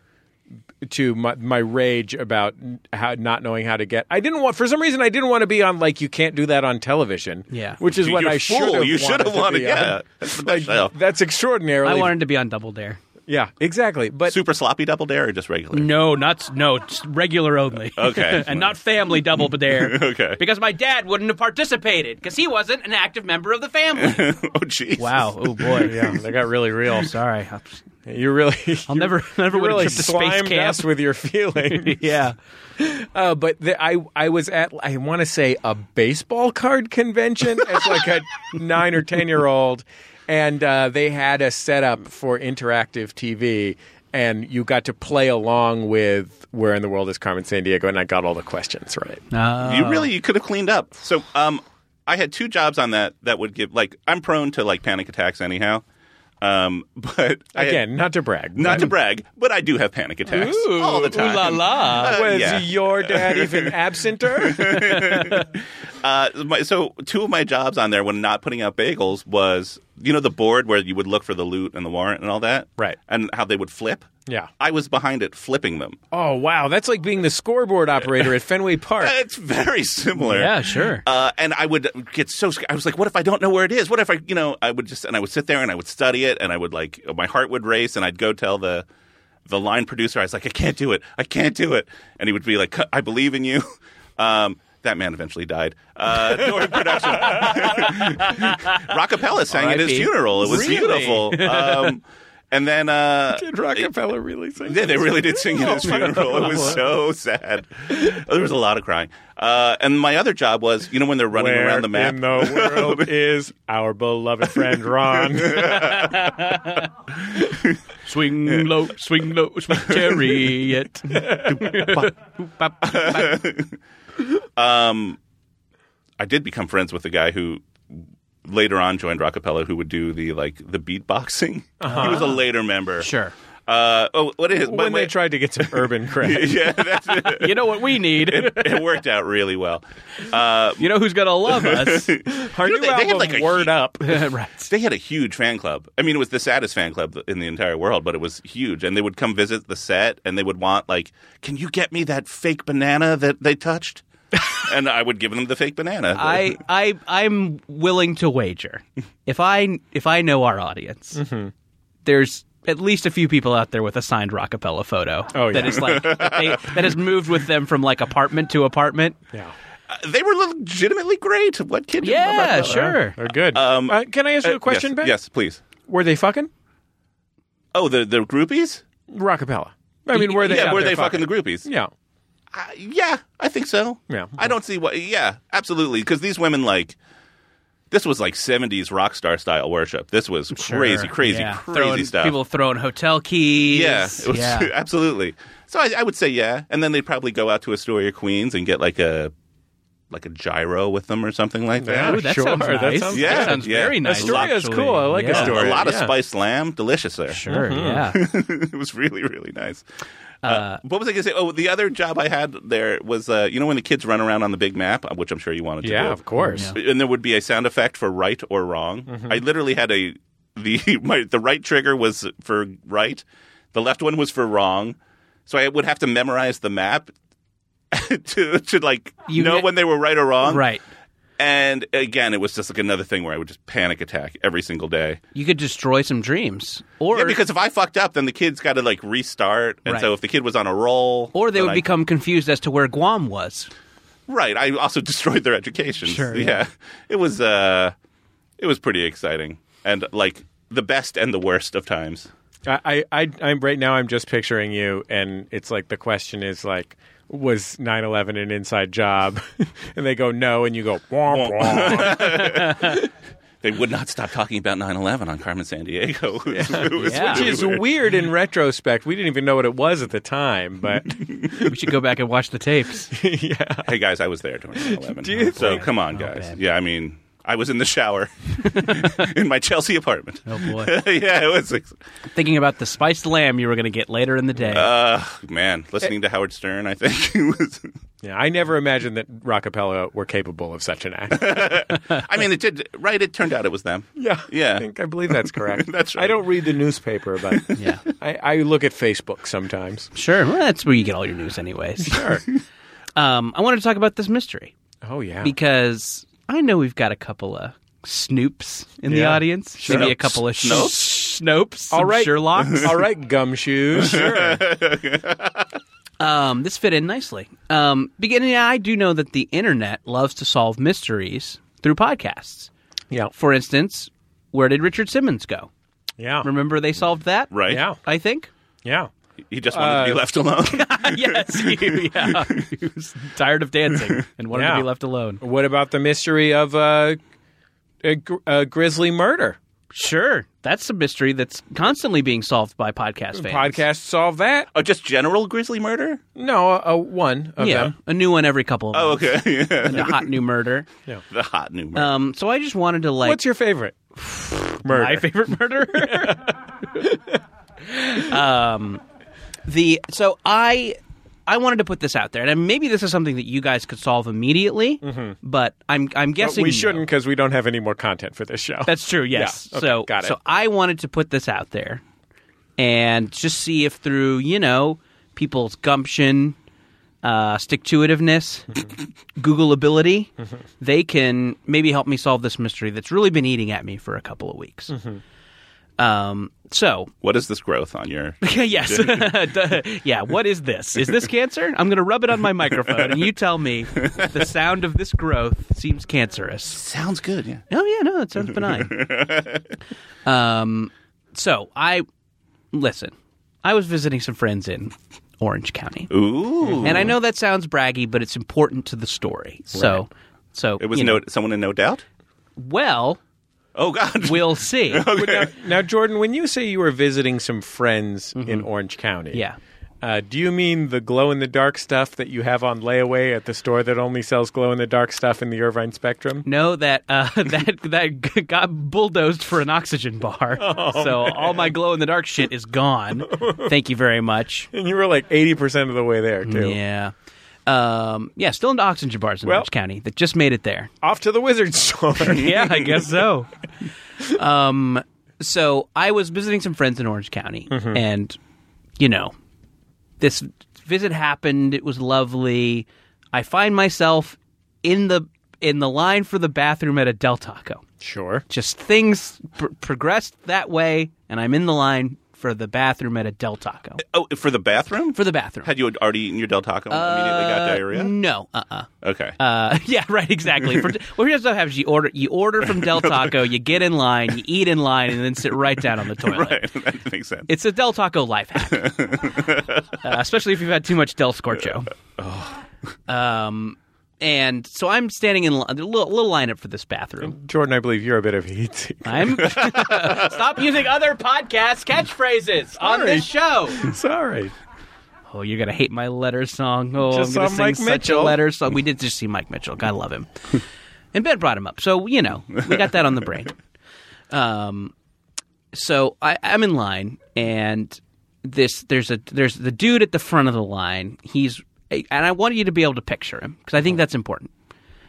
B: to my, my rage about how not knowing how to get. I didn't want for some reason I didn't want to be on like you can't do that on television.
C: Yeah.
B: which is
D: You-
B: what
D: you're
B: I
D: a
B: should
D: fool.
B: have.
D: You should have
B: to
D: wanted.
B: be
D: Yeah,
B: on.
D: that's the best
B: Like,
D: show.
B: that's extraordinarily.
C: I wanted to be on Double Dare.
B: yeah, exactly. But
D: Super sloppy double dare or just regular?
B: Mm.
C: No, not no, just regular only.
D: Okay.
C: and not family Double Dare.
D: Okay.
C: because my dad wouldn't have participated because he wasn't an active member of the family.
D: oh, jeez.
C: wow. Oh boy.
B: yeah, they got really real.
C: Sorry. I'll-
B: You really,
C: I'll never- never
B: you
C: win a
B: really
C: trip to space
B: slimed
C: camp.
B: us with your feelings.
C: Yeah.
B: Uh, but the, I, I was at, I want to say, a baseball card convention as like a nine or ten year old, and uh, they had a setup for interactive TV, and you got to play along with "Where in the World Is Carmen San Diego," and I got all the questions right.
D: You really you could have cleaned up. So um, I had two jobs on that that would give like I'm prone to like panic attacks anyhow. Um, but I had-
B: Again, not to brag.
D: not
B: but
D: to brag, but I do have panic attacks all the time.
C: la.
D: Uh,
B: Was
D: yeah.
B: your dad even absenter?
D: Uh, my, so two of my jobs on there when not putting out bagels was you know the board where you would look for the loot and the warrant and all that,
B: Right.
D: And how they would flip.
B: Yeah.
D: I was behind it flipping them.
B: oh wow, that's like being the scoreboard operator at Fenway Park.
D: It's very similar.
C: Yeah, sure.
D: Uh, and I would get so scared. I was like, "What if I don't know where it is? What if I, you know, I would just and I would sit there and I would study it and I would like my heart would race and I'd go tell the the line producer I was like, "I can't do it. I can't do it." And he would be like, "I believe in you." Um, that man eventually died uh, during production. Rockapella sang at his
C: R.I.P..
D: funeral. It was
C: Really?
D: beautiful. Um, and then uh,
B: Did Rockefeller really say
D: yeah, they really did
B: Oh,
D: sing at his funeral. It was so sad. There was a lot of crying. Uh, and my other job was, you know, when they're running
B: Where
D: around the map.
B: in the world is our beloved friend Ron?
C: swing low, swing low, swing chariot.
D: I did become friends with the guy who later on joined Rockapella, who would do the like the beatboxing. He was a later member.
C: sure.
D: Uh, oh, what is
B: Uh-huh. when they tried to get some urban cred.
D: Yeah, that's it.
C: You know what we need?
D: it worked out really well. Uh,
C: You know who's gonna love us?
B: Our
D: You know,
B: new
D: they- they had,
B: album,
D: like, a
B: Word
D: huge-
B: Up.
C: right.
D: They had a huge fan club. I mean, it was the saddest fan club in the entire world, but it was huge. And they would come visit the set, and they would want like, "Can you get me that fake banana that they touched?" and I would give them the fake banana.
C: I, I, I'm willing to wager. If I, if I know our audience, there's at least a few people out there with a signed Rockefeller photo
B: Oh,
C: that
B: yeah.
C: is like that, they, that has moved with them from like apartment to apartment.
B: Yeah.
D: they were legitimately great. What kid? didn't love
C: Yeah,
D: Rockefeller?
C: sure.
B: They're good.
D: Um,
B: uh, can I ask
D: Uh,
B: you a question,
D: yes,
B: Ben?
D: Yes, please.
B: Were they fucking
D: Oh, the the groupies.
B: Rockapella? I mean, were they?
D: yeah,
B: out
D: were
B: there
D: they fucking the groupies?
B: Yeah.
D: Uh, yeah, I think so.
B: Yeah.
D: I don't see what. Yeah, absolutely. Because these women like. This was like '70s rock star style worship. This was crazy,
C: Sure,
D: crazy,
C: yeah.
D: crazy
C: Throwing-
D: stuff.
C: People throwing hotel keys.
D: yeah, it was,
C: yeah.
D: absolutely. So I, I would say yeah, and then they'd probably go out to Astoria, Queens, and get like a like a gyro with them or something like that.
C: Ooh, Oh, that
B: Sure,
C: sounds
B: that
C: nice.
B: sounds
D: Yeah,
C: that sounds
D: yeah.
C: very nice.
B: Astoria's
C: actually.
B: cool. I like
C: yeah.
D: A
B: Astoria.
D: lot of
B: yeah.
D: spiced lamb, delicious there.
C: Sure, yeah.
D: it was really really nice. Uh, what was I going to say? Oh, the other job I had there was uh, you know when the kids run around on the big map, uh, which I'm sure you wanted to do.
B: Yeah, of course.
D: And there would be a sound effect for right or wrong.
C: Mm-hmm.
D: I literally had a the my, the right trigger was for right, the left one was for wrong. So I would have to memorize the map to to like
C: You
D: know
C: get-
D: when they were right or wrong.
C: Right.
D: And again, it was just like another thing where I would just panic attack every single day.
C: You could destroy some dreams, or
D: Yeah, because if I fucked up, then the kids got to like restart. And
C: Right.
D: so if the kid was on a roll,
C: or they
D: then
C: would
D: I-
C: become confused as to where Guam was.
D: right. I also destroyed their education.
C: Sure,
D: Yeah. It was uh, it was pretty exciting and like the best and the worst of times.
B: I, I, I- I'm right now. I'm just picturing you, and it's like the question is like, was 9/11 an inside job? and they go no, and you go womp womp.
D: They would not stop talking about 9-11 on Carmen San Diego. It was
C: Yeah.
D: really
B: which is weird in retrospect. We didn't even know what it was at the time, but
C: We should go back and watch the tapes.
D: Hey guys, I was there during 9/11.
B: you
D: so
B: think?
D: come on, guys.
C: man.
D: yeah, I mean, I was in the shower in my Chelsea apartment.
C: Oh boy!
D: yeah, it was. ex-
C: Thinking about the spiced lamb you were going to get later in the day.
D: Uh, man, listening to Howard Stern, I think it was.
B: yeah, I never imagined that Rockapella were capable of such an act.
D: I mean, it did. Right, it turned out it was them.
B: Yeah,
D: Yeah.
B: I think I believe that's correct.
D: That's right.
B: I don't read the newspaper, but
C: yeah,
B: I, I look at Facebook sometimes.
C: sure. Well, that's where you get all your news, anyways. Sure. um, I wanted to talk about this mystery
B: Oh yeah,
C: because I know we've got a couple of snoops in the
B: Yeah.
C: audience. Maybe a couple of
D: Snopes?
C: Sh- snopes. some
B: all right,
C: Sherlock's.
B: All right, gumshoes. Sure.
C: Um, this fit in nicely. Um, beginning, I do know that the internet loves to solve mysteries through podcasts.
B: Yeah,
C: For instance, where did Richard Simmons go?
B: yeah,
C: Remember they solved that?
D: Right.
B: yeah,
C: I think.
B: yeah.
D: He just wanted to be left alone.
C: yes. He, yeah. He was tired of dancing and wanted
B: Yeah.
C: to be left alone.
B: What about the mystery of uh, a, gr- a grizzly murder?
C: Sure. That's a mystery that's constantly being solved by podcast fans.
B: Podcast solve that?
D: oh, just general grizzly murder?
B: No, a, a one of
C: Yeah.
B: them.
C: A new one every couple of
D: Oh,
C: months.
D: okay. Yeah.
C: And a hot new murder.
D: The hot new murder.
C: Um, so I just wanted to like
B: What's your favorite? Murder.
C: my favorite murderer. um, the so I I wanted to put this out there, and maybe this is something that you guys could solve immediately. But I'm
B: Mm-hmm.
C: I'm
B: But
C: guessing
B: we
C: no.
B: shouldn't because we don't have any more content for this show.
C: That's true. Yes.
B: Yeah, okay,
C: so
B: got it.
C: so I wanted to put this out there and just see if through you know people's gumption, uh, stick to itiveness, Googleability,
B: Mm-hmm.
C: they can maybe help me solve this mystery that's really been eating at me for a couple of weeks.
B: Mm-hmm.
C: Um. So
D: what is this growth on your?
C: yes, Duh. yeah. What is this? Is this cancer? I'm going to rub it on my microphone, and you tell me if the sound of this growth seems cancerous.
D: Sounds good. Yeah.
C: Oh yeah, no, that sounds benign. um, so I listen. I was visiting some friends in Orange County,
D: Ooh.
C: and I know that sounds braggy, but it's important to the story. So, so
D: It was
C: you know,
D: no someone in no doubt.
C: well,
D: Oh God.
C: we'll see.
B: now, Jordan, when you say you were visiting some friends in Orange County,
C: Mm-hmm. Yeah.
B: uh, do you mean the glow in the dark stuff that you have on layaway at the store that only sells glow in the dark stuff in the Irvine Spectrum?
C: Know that uh, that that g- got bulldozed for an oxygen bar,
D: Oh,
C: so all my glow in the dark shit is gone. Thank you very much.
B: And you were like eighty percent of the way there too.
C: Yeah, um, yeah, still into oxygen bars in
B: Well-
C: Orange County that just made it there.
B: Off to the wizard store.
C: yeah, I guess so. Um, so I was visiting some friends in Orange County, and you know, this visit happened. It was lovely. I find myself in the in the line for the bathroom at a Del Taco.
B: Sure.
C: Just things pr- progressed that way, and I'm in the line for the bathroom at a Del Taco.
D: Oh, for the bathroom?
C: For the bathroom.
D: Had you already eaten your Del Taco and immediately got diarrhea?
C: No, uh, uh
D: okay.
C: uh, yeah, right, exactly. For, well, here's what happens: you order, you order from Del Taco, you get in line, you eat in line, and then sit right down on the toilet.
D: right. that makes sense.
C: It's a Del Taco life hack, Uh, especially if you've had too much Del Scorcho. Um, and so I'm standing in li- a little, little lineup for this bathroom.
B: Jordan, I believe you're a bit of a heat seeker.
C: I'm stop using other podcast catchphrases on this show.
B: Sorry.
C: Oh, you're gonna hate my letter song. Oh,
B: Just
C: I'm gonna
B: saw
C: sing
B: Mike
C: such
B: Mitchell.
C: a letter song. We did just see Mike Mitchell. God love him. and Ben brought him up, so you know we got that on the brain. Um, so I, I'm in line, and this there's a there's the dude at the front of the line. He's and I want you to be able to picture him because I think that's important.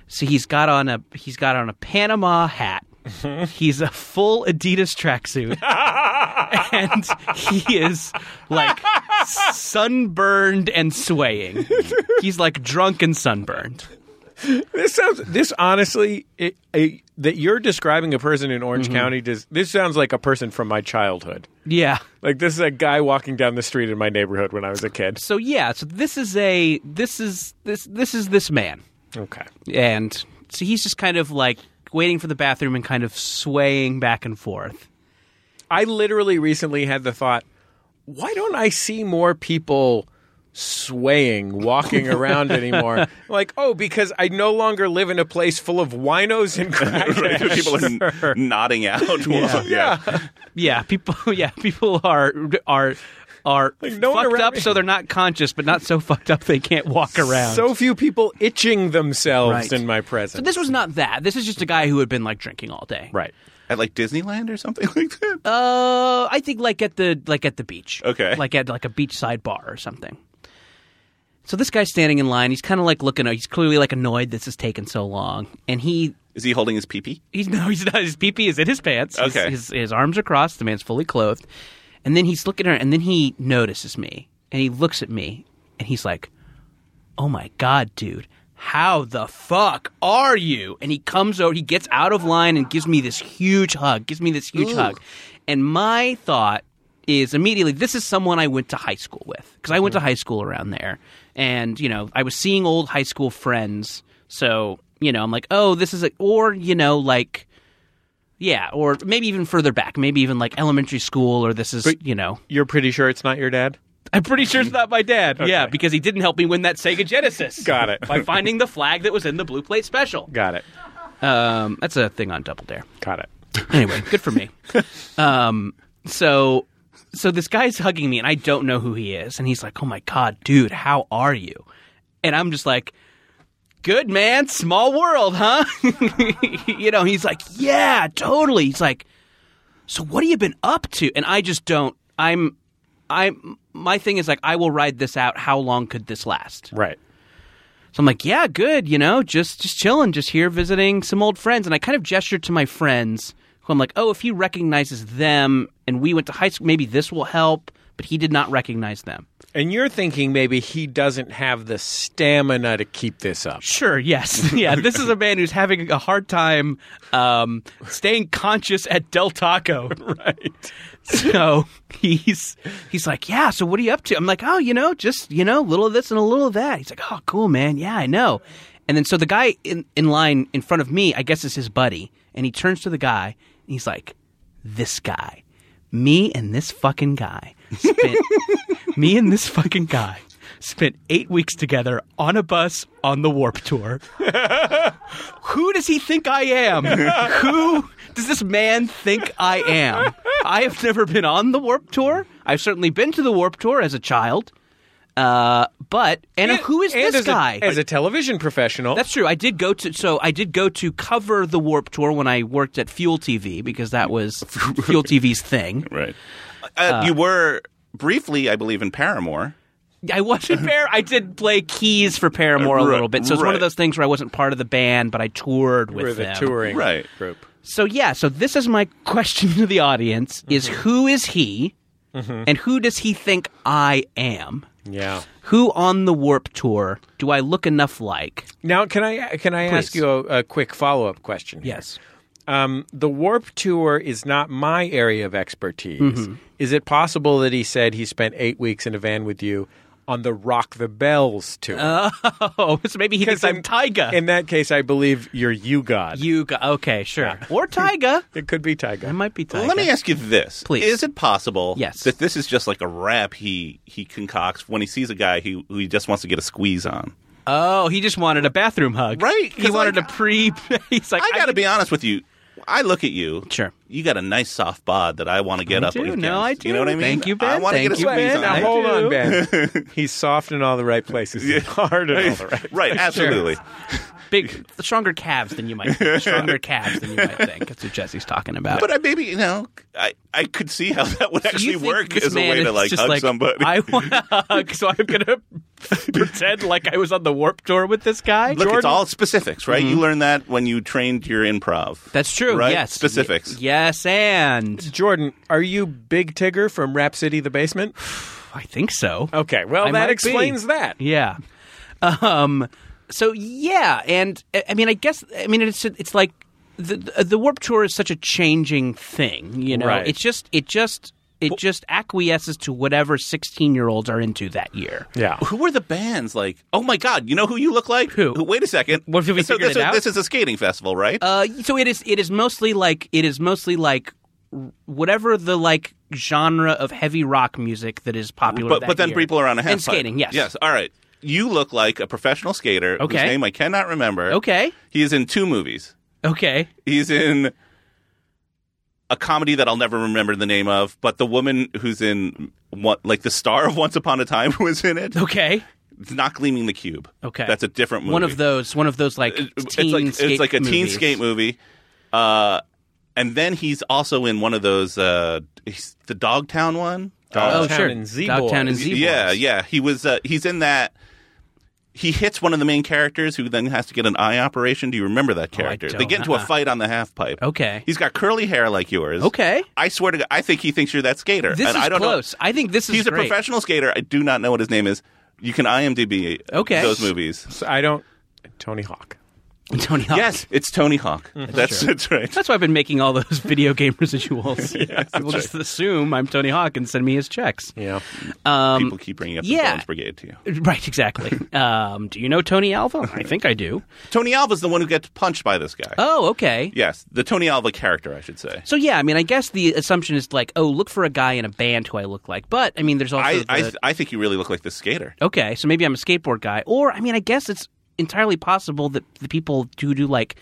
C: So he's got on a he's got on a Panama hat. He's a full Adidas tracksuit, and he is like sunburned and swaying. He's like drunk and sunburned.
B: This sounds. This honestly, it, it, that you're describing a person in
C: Mm-hmm.
B: Orange County. Does this sounds like a person from my childhood?
C: Yeah.
B: Like this is a guy walking down the street in my neighborhood when I was a kid.
C: So yeah. So this is a this is this this is this man.
B: Okay.
C: And so he's just kind of like waiting for the bathroom and kind of swaying back and forth.
B: I literally recently had the thought, why don't I see more people swaying, walking around anymore? Like, oh, because I no longer live in a place full of winos and crackheads.
D: Right, 'cause people are n- nodding out. Well, yeah.
C: Yeah, people yeah, people are are are
B: no one
C: fucked
B: around
C: up
B: me-
C: so they're not conscious but not so fucked up they can't walk around.
B: So few people itching themselves
C: Right.
B: in my presence.
C: So this was not that. This is just a guy who had been like drinking all day.
B: right.
D: At like Disneyland or something like that?
C: Uh, I think like at the like at the beach.
D: Okay.
C: Like at like a beachside bar or something. So this guy's standing in line. He's kind of like looking. He's clearly like annoyed this is taking so long, and he
D: Is he holding his pee pee?
C: He's no, he's not. His PP is in his pants. His-
D: Okay.
C: His, his, arms are crossed. The man's fully clothed, and then he's looking at her, and then he notices me, and he looks at me, and he's like, "Oh my god, dude, how the fuck are you?" And he comes over, he gets out of line, and gives me this huge hug. Gives me this huge hug, and my thought is immediately this is someone I went to high school with because I went to high school around there, and you know I was seeing old high school friends, so you know I'm like, oh, this is a or you know like. Yeah, or maybe even further back, maybe even like elementary school, or this is you know.
B: You're pretty sure it's not your dad?
C: I'm pretty sure it's not my dad. Yeah, because he didn't help me win that Sega Genesis.
B: Got it.
C: by finding the flag that was in the blue plate special.
B: Got it.
C: Um, that's a thing on Double Dare.
B: Got it.
C: Anyway, good for me. Um, so, so this guy's hugging me, and I don't know who he is, and he's like, "Oh my god, dude, how are you?" And I'm just like, "Good man, small world, huh?" you know, he's like, "Yeah, totally." He's like, "So what have you been up to?" And I just don't. I'm, I'm. My thing is like, I will ride this out. How long could this last?
B: Right.
C: So I'm like, yeah, good, you know, just just chilling, just here visiting some old friends. And I kind of gestured to my friends who I'm like, oh, if he recognizes them and we went to high school, maybe this will help. But he did not recognize them.
B: And you're thinking maybe he doesn't have the stamina to keep this up.
C: Sure, yes. Yeah, this is a man who's having a hard time um, staying conscious at Del Taco. right. So he's he's like, Yeah, so what are you up to? I'm like, Oh, you know, just, you know, little of this and a little of that. He's like, Oh, cool, man. Yeah, I know. And then so the guy in, in line in front of me, I guess is his buddy, and he turns to the guy and he's like, This guy. Me and this fucking guy spent me and this fucking guy spent eight weeks together on a bus on the warp tour. Who does he think I am? Who does this man think I am? I have never been on the warp tour. I've certainly been to the warp tour as a child. Uh, but and, who is
B: And
C: this
B: as a-
C: guy?
B: as a television professional,
C: That's true. I did go to so I did go to cover the warp tour when I worked at Fuel TV because that was Fuel TV's thing.
D: Right. Uh, you were briefly, I believe, in Paramore.
C: I wasn't Par- I did play keys for Paramore a
D: Right,
C: little bit, so it's one
D: right.
C: of those things where I wasn't part of the band, but I toured with
B: for the
C: them.
B: touring
D: Right.
B: group.
C: So yeah, so this is my question to
D: Mm-hmm.
C: the audience: Is who is he, and who does he think I am?
B: Yeah.
C: Who on the Warp Tour do I look enough like?
B: Now, can I can I ask
C: Please.
B: you a, a quick follow up question? here? Um, the Warp Tour is not my area of expertise.
C: Mm-hmm.
B: Is it possible that he said he spent eight weeks in a van with you on the Rock the Bells tour?
C: Oh, so maybe he thinks I'm
B: in-
C: Tyga.
B: In that case, I believe you're you god.
C: Yuga. Okay, sure. Or Tyga.
B: it could be
C: I
B: Tyga.
C: might be Tyga.
D: Let me ask you this:
C: Please.
D: is it possible
C: Yes.
D: that this is just like a rap he he concocts when he sees a guy who, who he just wants to get a squeeze on?
C: Oh, he just wanted a bathroom hug.
D: Right,
C: He
D: 'cause,
C: wanted
D: like,
C: a pre. He's like,
D: I got to
C: could-
D: be honest with you. I look at you.
C: Sure.
D: You got a nice soft bod that I want to get
C: I
D: up
C: do.
D: against.
C: No, I do.
D: You know what I mean?
C: Thank you,
D: I
C: Ben.
D: want to get a
C: Thank you,
D: squeeze
C: Ben.
D: on.
B: Now
C: I
B: hold
C: do.
B: on, Ben. He's soft in all the right places. He's hard in all the right.
D: Right, absolutely.
C: big, stronger calves than you might think. Stronger calves than you might think. That's what Jesse's talking about.
D: But I maybe you know I, I could see how that would
C: Do you
D: actually
C: think
D: work
C: this
D: as a
C: man
D: way to
C: is
D: like
C: just
D: hug somebody.
C: I want to hug, so I'm gonna pretend like I was on the warp tour with this guy.
D: Look, it's
C: Jordan? Mm-hmm.
D: all specifics, right? You learned that when you trained your improv.
C: That's true.
D: Right?
C: Yes.
D: Specifics.
C: Y- yes, and
B: Jordan, are you Big Tigger from Rhapsody the Basement?
C: I think so.
B: Okay, well
C: I might
B: that
C: be.
B: explains that.
C: Yeah. Um. So yeah, and I- I mean, I guess I mean it's it's like the the warp tour is such a changing thing. You know,
B: Right.
C: it's just it just it just acquiesces to whatever sixteen year olds are into that year.
B: Yeah.
D: Who were the bands like? Oh my God! You know who you look like?
C: Who?
D: Wait a second.
C: What, have we
D: so
C: figured
D: this,
C: it
D: is-
C: out?
D: this is a skating festival, right?
C: Uh, so it is. It is mostly like it is mostly like whatever the like genre of heavy rock music that is popular.
D: but
C: that
D: but then
C: year.
D: people are on a half
C: and skating. Yes.
D: Yes. All right. You look like a professional skater.
C: Okay.
D: Whose name I cannot remember.
C: Okay.
D: He is in two movies.
C: Okay.
D: He's in a comedy that I'll never remember the name of, but the woman who's in what, like the star of Once Upon a Time was in it.
C: Okay.
D: It's not Gleaming the Cube.
C: Okay.
D: That's a different movie.
C: One of those. One of those like
D: It-
C: teen
D: it's like
C: skate
D: it's like a teen
C: movies.
D: skate movie. Uh, and then he's also in one of those uh, he's the Dogtown one. Uh,
C: Oh,
B: Dogtown
C: sure.
B: and Z-Boys.
C: Dogtown and
B: Y-
C: Z Boys.
D: yeah, yeah. He was uh, he's in that. He hits one of the main characters who then has to get an eye operation. Do you remember that
C: I
D: character?
C: don't.
D: They get into a
C: Uh-uh.
D: fight on the half pipe.
C: Okay.
D: He's got curly hair like yours.
C: Okay.
D: I swear to God, I think he thinks you're that skater.
C: This
D: and
C: is
D: I don't
C: close.
D: Know,
C: I think this is
D: he's a
C: great.
D: professional skater. I do not know what his name is. You can IMDb
C: Okay.
D: those movies.
B: So I don't Tony Hawk.
C: Tony Hawk.
D: Yes, it's Tony Hawk. That's that's right.
C: That's why I've been making all those video game residuals. People just assume I'm Tony Hawk and send me his checks.
B: Yeah.
D: People keep bringing up
C: Um, yeah.
D: the Bones Brigade to you.
C: Right, exactly. um, do you know Tony Alva? I think I do.
D: Tony Alva's the one who gets punched by this guy.
C: Oh, okay.
D: yes, the Tony Alva character, I should say.
C: So yeah, I mean, I guess the assumption is like, oh, look for a guy in a band who I look like. But I mean, there's also
D: I,
C: the,
D: I I think you really look like the skater.
C: okay, so maybe I'm a skateboard guy, or I mean, I guess it's entirely possible that the people who do like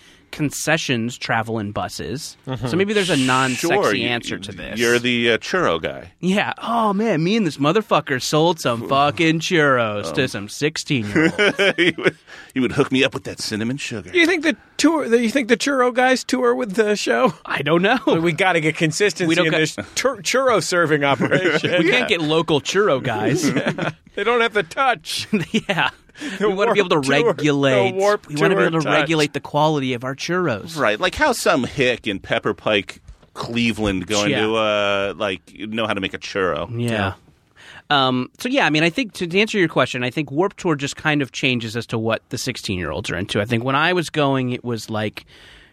C: concessions travel in buses. So maybe there's a non-sexy
D: Mm-hmm. Sure, you-
C: answer to this.
D: You're the uh, churro guy.
C: yeah. Oh man, me and this motherfucker sold some fucking churros to some sixteen-year-old.
D: he, would, he would hook me up with that cinnamon sugar.
B: You think the tour? You think the churro guys tour with the show?
C: I don't know. We,
B: We got to get consistency
C: We don't
B: in
C: got-
B: this tur- churro serving operation.
C: can't get local churro guys.
B: they don't have to touch.
C: yeah. we want to
B: warp
C: be able to
B: tour- the
C: regulate.
B: warp
C: we want to be
B: tour
C: able to
B: touch.
C: regulate the quality of our churros.
D: Right, like how some hick in Pepper Pike, Cleveland, going
C: Yeah.
D: to uh, like know how to make a churro.
C: Yeah. Um, so yeah, I mean, I think to, to answer your question, I think Warp Tour just kind of changes as to what the sixteen-year-olds are into. I think when I was going, it was like,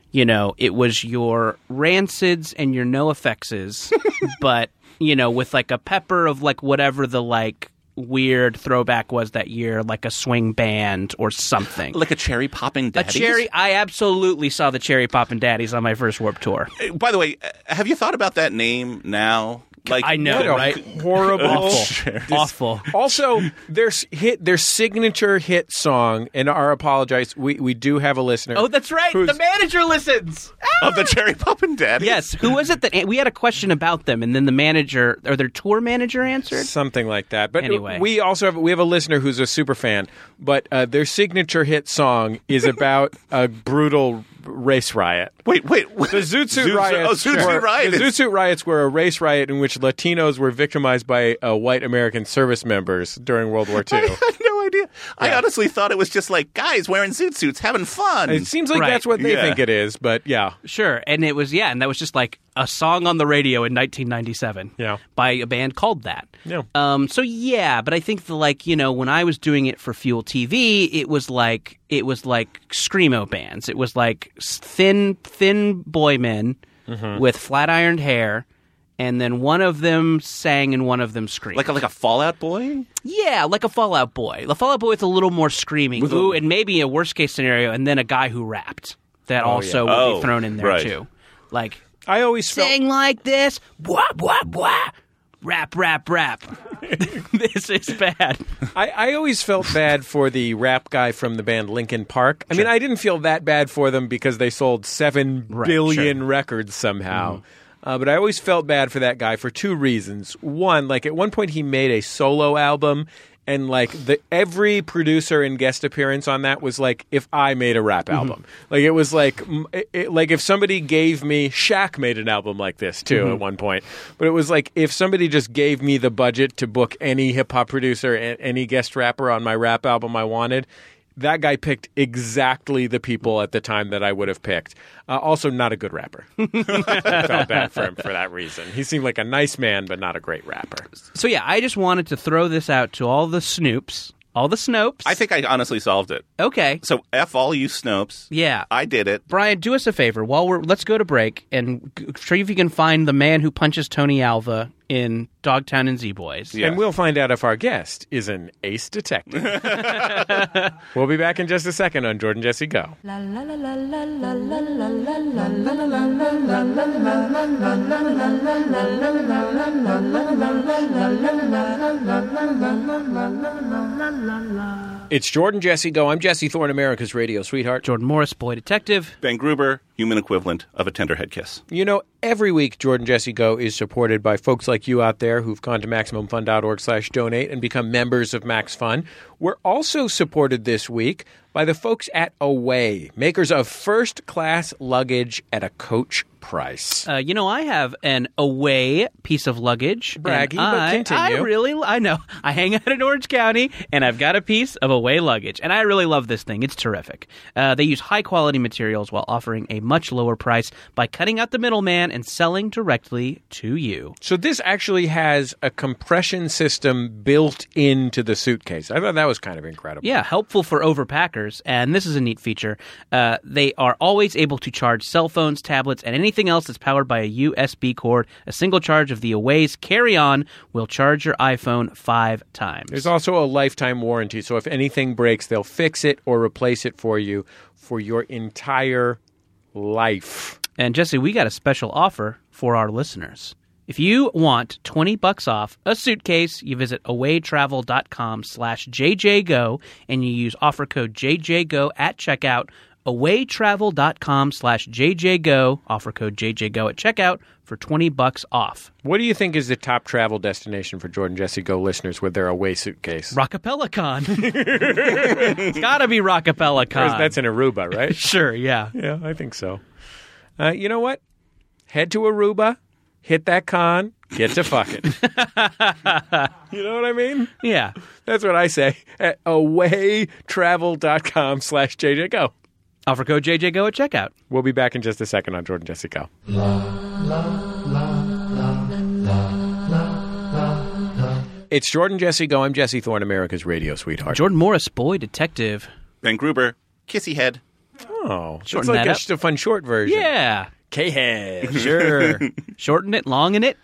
C: you know, it was your rancids and your no effectses, but you know, with like a pepper of like whatever the like weird throwback was that year, like a swing band or something.
D: Like a cherry popping
C: a
D: daddies.
C: cherry. I absolutely saw the cherry poppin' daddies on my first Warp Tour.
D: Uh, By the way, uh, have you thought about that name now? Like
C: I know,
D: what a-
C: right?
B: Horrible.
D: Awful.
C: Awful.
B: Also, their s- hit, their signature hit song, and our apologize. We we do have a listener.
C: Oh, that's right.
B: Who's-
C: the manager listens. Ah.
D: Of the cherry popping daddies.
C: Yes, who was it that we had a question about them, and then the manager or their tour manager answered?
B: something like that. But
C: Anyway.
B: we also have we have a listener who's a super fan. But uh, their signature hit song is about a brutal race riot.
D: Wait, wait.
B: The Zoot Suit
D: Zoot-
B: riots.
D: Oh, Zoot Suit
B: were,
D: Riot.
B: The Zoot Suit riots were a race riot in which Latinos were victimized by uh, white American service members during World War
D: I
B: II.
D: had no idea. I honestly thought it was just like guys wearing zoot suits having fun.
B: it seems like
C: Right.
B: that's what they
D: Yeah.
B: think it is, but yeah.
C: Sure, and it was yeah, and that was just like a song on the radio in 1997
B: Yeah.
C: by a band called that.
B: Yeah.
C: Um, so yeah, but I think the like you know when I was doing it for Fuel TV, it was like it was like screamo bands. It was like s- thin thin boy men
B: Mm-hmm.
C: with flat ironed hair, and then one of them sang and one of them screamed.
D: Like a, like a Fallout Boy?
C: yeah, like a Fallout Boy. The Fallout Boy with a little more screaming. Ooh, and maybe a worst case scenario, and then a guy who rapped that also would
D: Oh,
C: be thrown in there
D: right.
C: too. Like
B: I always felt
C: sing like this, blah blah blah, rap rap rap. this is bad.
B: I, I always felt bad for the rap guy from the band Linkin Park. I mean, I didn't feel that bad for them because they sold seven billion records somehow. Uh, but I always felt bad for that guy for two reasons. One, like at one point he made a solo album, and like the every producer and guest appearance on that was like if I made a rap album. Like it was like mm, it, it- like if somebody gave me Shaq made an album like this too at one point. But it was like if somebody just gave me the budget to book any hip hop producer and any guest rapper on my rap album I wanted. That guy picked exactly the people at the time that I would have picked. Uh, also, not a good rapper. I felt bad for him for that reason. He seemed like a nice man, but not a great rapper.
C: So yeah, I just wanted to throw this out to all the snoops, all the snopes.
D: I think I honestly solved it.
C: okay.
D: So F all you snopes.
C: Yeah.
D: I did it.
C: Brian, do us a favor. While we're let's go to break and g- see if you can find the man who punches Tony Alva in Dogtown and Z Boys.
D: Yeah.
B: And we'll find out if our guest is an ace detective. we'll be back in just a second on Jordan Jesse Go. It's Jordan Jesse Go. I'm Jesse Thorne, America's radio sweetheart.
C: Jordan Morris, boy detective.
D: Ben Gruber, human equivalent of a tender head kiss.
B: You know, every week Jordan Jesse Go is supported by folks like you out there who've gone to MaximumFun.org slash donate and become members of Max Fun. We're also supported this week by the folks at Away, makers of first class luggage at a coach price.
C: Uh, you know, I have an away piece of luggage. and
B: Braggy, but
C: I,
B: continue.
C: I really, I know. I hang out in Orange County, and I've got a piece of away luggage, and I really love this thing. It's terrific. Uh, they use high quality materials while offering a much lower price by cutting out the middleman and selling directly to you.
B: So this actually has a compression system built into the suitcase. I thought that was kind of incredible.
C: Yeah, helpful for overpackers, and this is a neat feature. Uh, they are always able to charge cell phones, tablets, and anything else that's powered by a USB cord. A single charge of the Away's carry-on will charge your iPhone five times.
B: There's also a lifetime warranty, so if anything breaks, they'll fix it or replace it for you for your entire life.
C: And Jesse, we got a special offer for our listeners. If you want 20 bucks off a suitcase, you visit awaytravel.com slash jjgo and you use offer code jjgo at checkout, awaytravel.com slash jjgo, offer code jjgo at checkout for 20 bucks off.
B: What do you think is the top travel destination for Jordan Jesse Go listeners with their away suitcase?
C: RockapellaCon. it's got to be RockapellaCon.
B: That's in Aruba, right?
C: Sure, yeah.
B: yeah, I think so. Uh, you know what? Head to Aruba, hit that con, get to fucking. you know what I mean?
C: Yeah.
B: That's what I say at awaytravel.com slash jjgo.
C: Offer code jjgo at checkout.
B: We'll be back in just a second on Jordan Jesse Go. It's Jordan Jesse Go. I'm Jesse Thorne, America's radio sweetheart.
C: Jordan Morris, boy detective.
D: Ben Gruber, kissy head.
B: Oh, it's
C: Shorten
B: like
C: that
B: a,
C: up.
B: just a fun short version.
C: Yeah.
B: K-head.
C: Sure. Shorten it, longen it.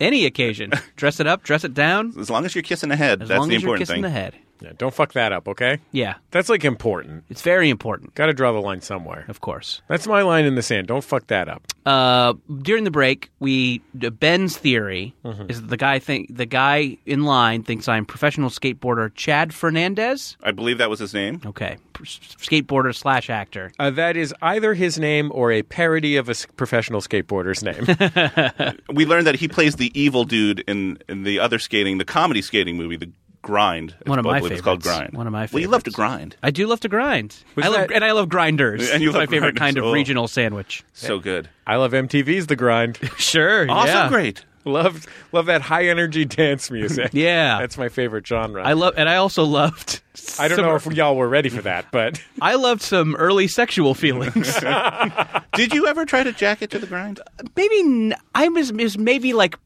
C: Any occasion. Dress it up, dress it down.
D: As long as you're kissing the head,
C: As
D: that's
C: long
D: the
C: as you're
D: important
C: kissing
D: thing.
C: the head.
B: Yeah, don't fuck that up, okay?
C: Yeah.
B: That's like important.
C: It's very important,
B: Got to draw the line somewhere.
C: of course.
B: That's my line in the sand. Don't fuck that up.
C: Uh, during the break, we Ben's theory
D: Mm-hmm.
C: is that the guy think the guy in line thinks I'm professional skateboarder Chad Fernandez.
D: I believe that was his name.
C: Okay, P- s- skateboarder slash actor.
B: Uh, that is either his name or a parody of a s- professional skateboarder's name.
D: We learned that he plays the evil dude in, in the other skating, the comedy skating movie, The Grind. It's-
C: One of
D: I
C: my
D: believe It's called
C: favorites.
D: Grind.
C: One of my
D: Well, you love to
C: favorites.
D: grind.
C: I do love to grind.
B: Was
C: I love
B: that-
C: and I love grinders.
D: And you
C: It's my
D: love
C: favorite
D: grinders.
C: kind of
D: Oh.
C: regional sandwich.
D: So good.
B: I love MTV's The Grind.
C: Sure,
D: Also
C: yeah.
D: great.
B: love love that high energy dance music.
C: Yeah.
B: that's my favorite genre.
C: I
B: I,
C: love, and I also loved.
B: don't
C: some-
B: know if y'all were ready for that, but
C: I loved some early sexual feelings.
D: Did you ever try to jack it to the grind?
C: maybe n- I was, it was maybe like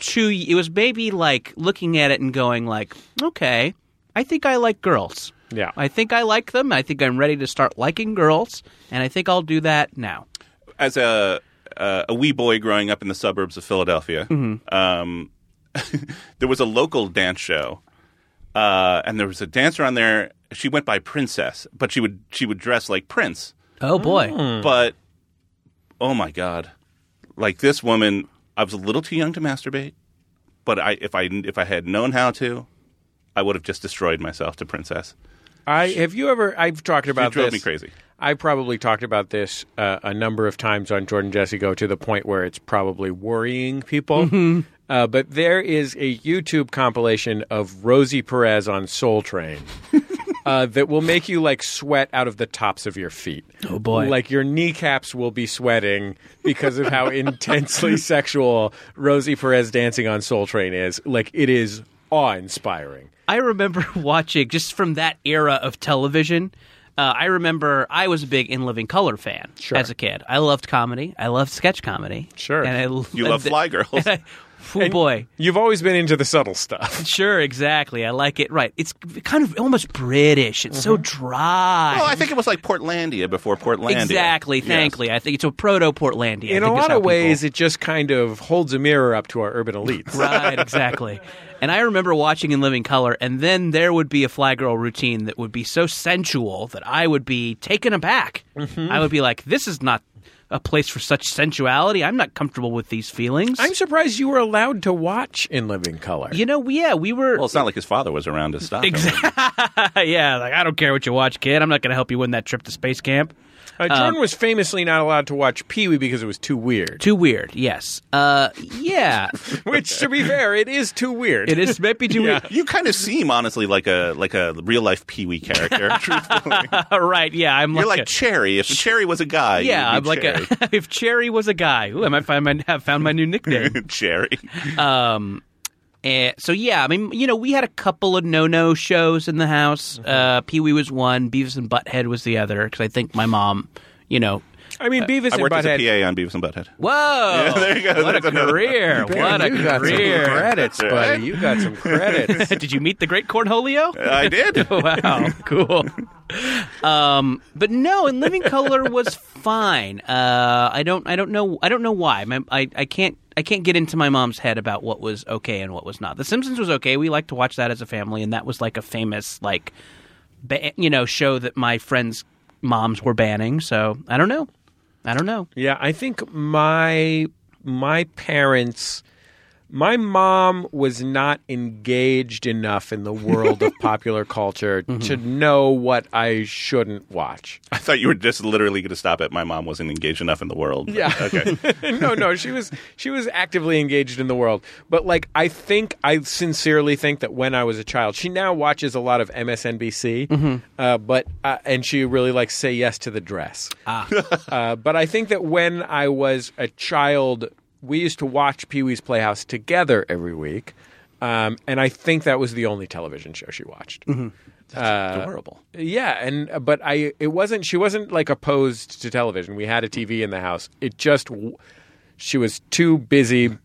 C: two. It was maybe like looking at it and going like, okay, I think I like girls.
B: Yeah.
C: I think I like them. I think I'm ready to start liking girls, and I think I'll do that now.
D: As a uh, a wee boy growing up in the suburbs of Philadelphia, um, there was a local dance show, uh, and there was a dancer on there. She went by Princess, but she would she would dress like Prince.
C: Oh boy,
B: Hmm.
D: But oh my god, like this woman, I was a little too young to masturbate. But I, if I if I had known how to, I would have just destroyed myself to Princess.
B: I have you ever? I've talked
D: It
B: about
D: drove
B: this.
D: me crazy.
B: I probably talked about this uh, a number of times on Jordan Jesse Go to the point where it's probably worrying people. Uh, but there is a YouTube compilation of Rosie Perez on Soul Train. Uh, that will make you like sweat out of the tops of your feet. Oh
C: boy.
B: Like your kneecaps will be sweating because of how intensely sexual Rosie Perez dancing on Soul Train is. Like it is awe inspiring.
C: I remember watching just from that era of television. Uh, I remember I was a big In Living Color fan
B: Sure.
C: as a kid. I loved comedy. I loved sketch comedy.
B: Sure.
C: and I l-
D: You love Fly Girls.
C: Oh boy,
B: You've always been into the subtle stuff.
C: sure, exactly. I like it. Right, it's kind of almost British. It's so dry.
D: Well, Oh, I think it was like Portlandia before Portlandia.
C: exactly.
D: Yes.
C: Thankfully, I think it's a proto Portlandia.
B: in a lot of ways, it just kind of holds a mirror up to our urban elites.
C: right, exactly. And I remember watching in living color, and then there would be a fly girl routine that would be so sensual that I would be taken aback. I would be like, "This is not a place for such sensuality. I'm not comfortable with these feelings."
B: I'm surprised you were allowed to watch in living color.
C: you know, yeah, we were.
D: Well, it's not like his father was around to stop him.
C: Exactly. yeah, like I don't care what you watch, kid. I'm not going to help you win that trip to space camp.
B: Uh,
C: um,
B: Jordan was famously not allowed to watch Pee Wee because it was too weird.
C: Too weird. Yes. Uh, yeah.
B: Which, to be fair, it is too weird.
C: it is maybe too weird.
D: You kind of seem honestly like a like a real life Pee Wee character. truthfully,
C: All right. Yeah. I'm
D: you're like
C: a-
D: Cherry. If Cherry was a guy, you
C: yeah. I'm
D: would
C: like
D: be Cherry.
C: a, if Cherry was a guy. Ooh, I might find my have found my new nickname.
D: Cherry.
C: Eh, so yeah, I mean, you know, we had a couple of no-no shows in the house. Uh, Pee Wee was one. Beavis and Butthead was the other. Because I think my mom, you know,
B: I
C: uh,
B: mean, Beavis
D: I
B: and
D: worked as a
B: Butthead.
D: PA on Beavis and Butthead.
C: whoa,
D: there you go.
C: Oh, what a
D: There's another-
C: career, what a
B: you got some
C: career.
B: credits, buddy. You got some credits.
C: Did you meet the great Cornholio?
D: I did.
C: wow, cool. Um, but no, and Living Color was fine. Uh, I don't, I don't know, I don't know why. My, I, I can't, I can't get into my mom's head about what was okay and what was not. The Simpsons was okay. We liked to watch that as a family, and that was like a famous, like, ba- you know, show that my friends' moms were banning. So I don't know. I don't know.
B: Yeah, I think my my parents my mom was not engaged enough in the world of popular culture
C: Mm-hmm.
B: to know what I shouldn't watch.
D: I thought you were just literally going to stop it. My mom wasn't engaged enough in the world.
B: Yeah.
D: Okay.
B: no, no, she was she was actively engaged in the world. But like I think I sincerely think that when I was a child, she now watches a lot of MSNBC. Uh, but uh, and she really likes say yes to the dress. Ah. uh, but I think that when I was a child, we used to watch Pee Wee's Playhouse together every week. Um, and I think that was the only television show she watched.
D: Horrible.
B: Yeah, and uh, but I it wasn't she wasn't like opposed to television. We had a TV in the house. It just w- she was too busy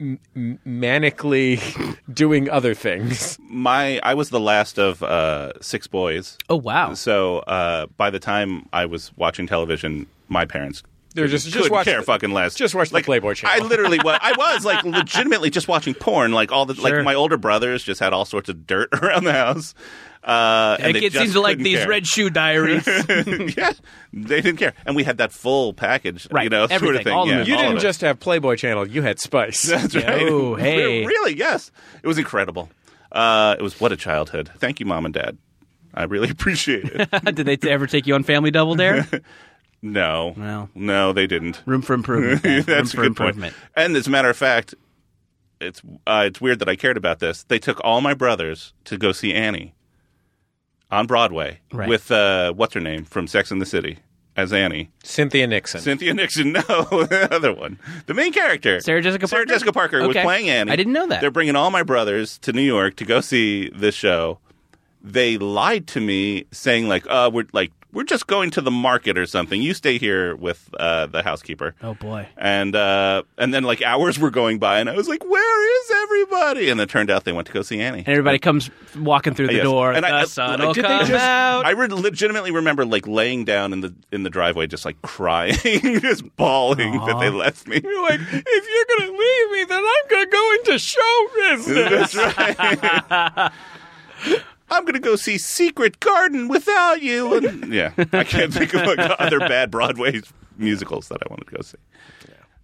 B: m- m- manically doing other things.
D: My I was the last of uh, six boys.
C: Oh wow.
D: So uh, by the time I was watching television, my parents
B: They're just just
D: couldn't
B: watch
D: care
B: the-
D: fucking less.
B: Just watch
D: Like,
B: the Playboy channel.
D: I literally was. I was like legitimately just watching porn. Like all the
B: Sure.
D: like my older brothers just had all sorts of dirt around the house. Uh, and
C: It
D: they
C: kids
D: just
C: seems to like
D: couldn't
C: these
D: care.
C: red shoe diaries.
D: yeah, they didn't care, and we had that full package,
C: Right.
D: you know, sort
C: Everything.
D: of thing.
C: All the
D: yeah,
C: movies.
B: you
D: all of
B: didn't
D: it.
B: just have Playboy channel, you had Spice.
D: That's right.
C: Yo, hey.
D: really? Yes, it was incredible. Uh, it was what a childhood. Thank you, mom and dad. I really appreciate it.
C: Did they ever take you on Family Double Dare?
D: No,
C: Well.
D: no, they didn't.
C: Room for improvement. man. Room
D: That's
C: for
D: a good
C: improvement.
D: point. And as a matter of fact, it's uh, it's weird that I cared about this. They took all my brothers to go see Annie on Broadway
C: Right.
D: with uh, what's her name from Sex and the City. as Annie.
B: Cynthia Nixon.
D: Cynthia Nixon, no, the other one. The main character.
C: Sarah Jessica
D: Sarah
C: Parker?
D: Jessica Parker was
C: Okay.
D: playing Annie.
C: I didn't know that.
D: They're bringing all my brothers to New York to go see this show. They lied to me saying like, "Uh, we're like we're just going to the market or something. You stay here with uh, the housekeeper."
C: Oh boy.
D: And uh, and then like hours were going by, and I was like, "Where is everybody?" And it turned out they went to go see Annie.
C: And everybody comes walking through the
D: Yes.
C: door.
D: And
C: the
D: I,
C: sun
D: like,
C: will
D: did they
C: come
D: just-
C: out.
D: I re- legitimately remember like laying down in the in the driveway, just like crying, just bawling that they left me.
B: You're like, if you're gonna leave me, then I'm gonna go into show business.
D: That's right. I'm gonna go see Secret Garden without you. And yeah, I can't think of like, other bad Broadway musicals that I wanted to go see.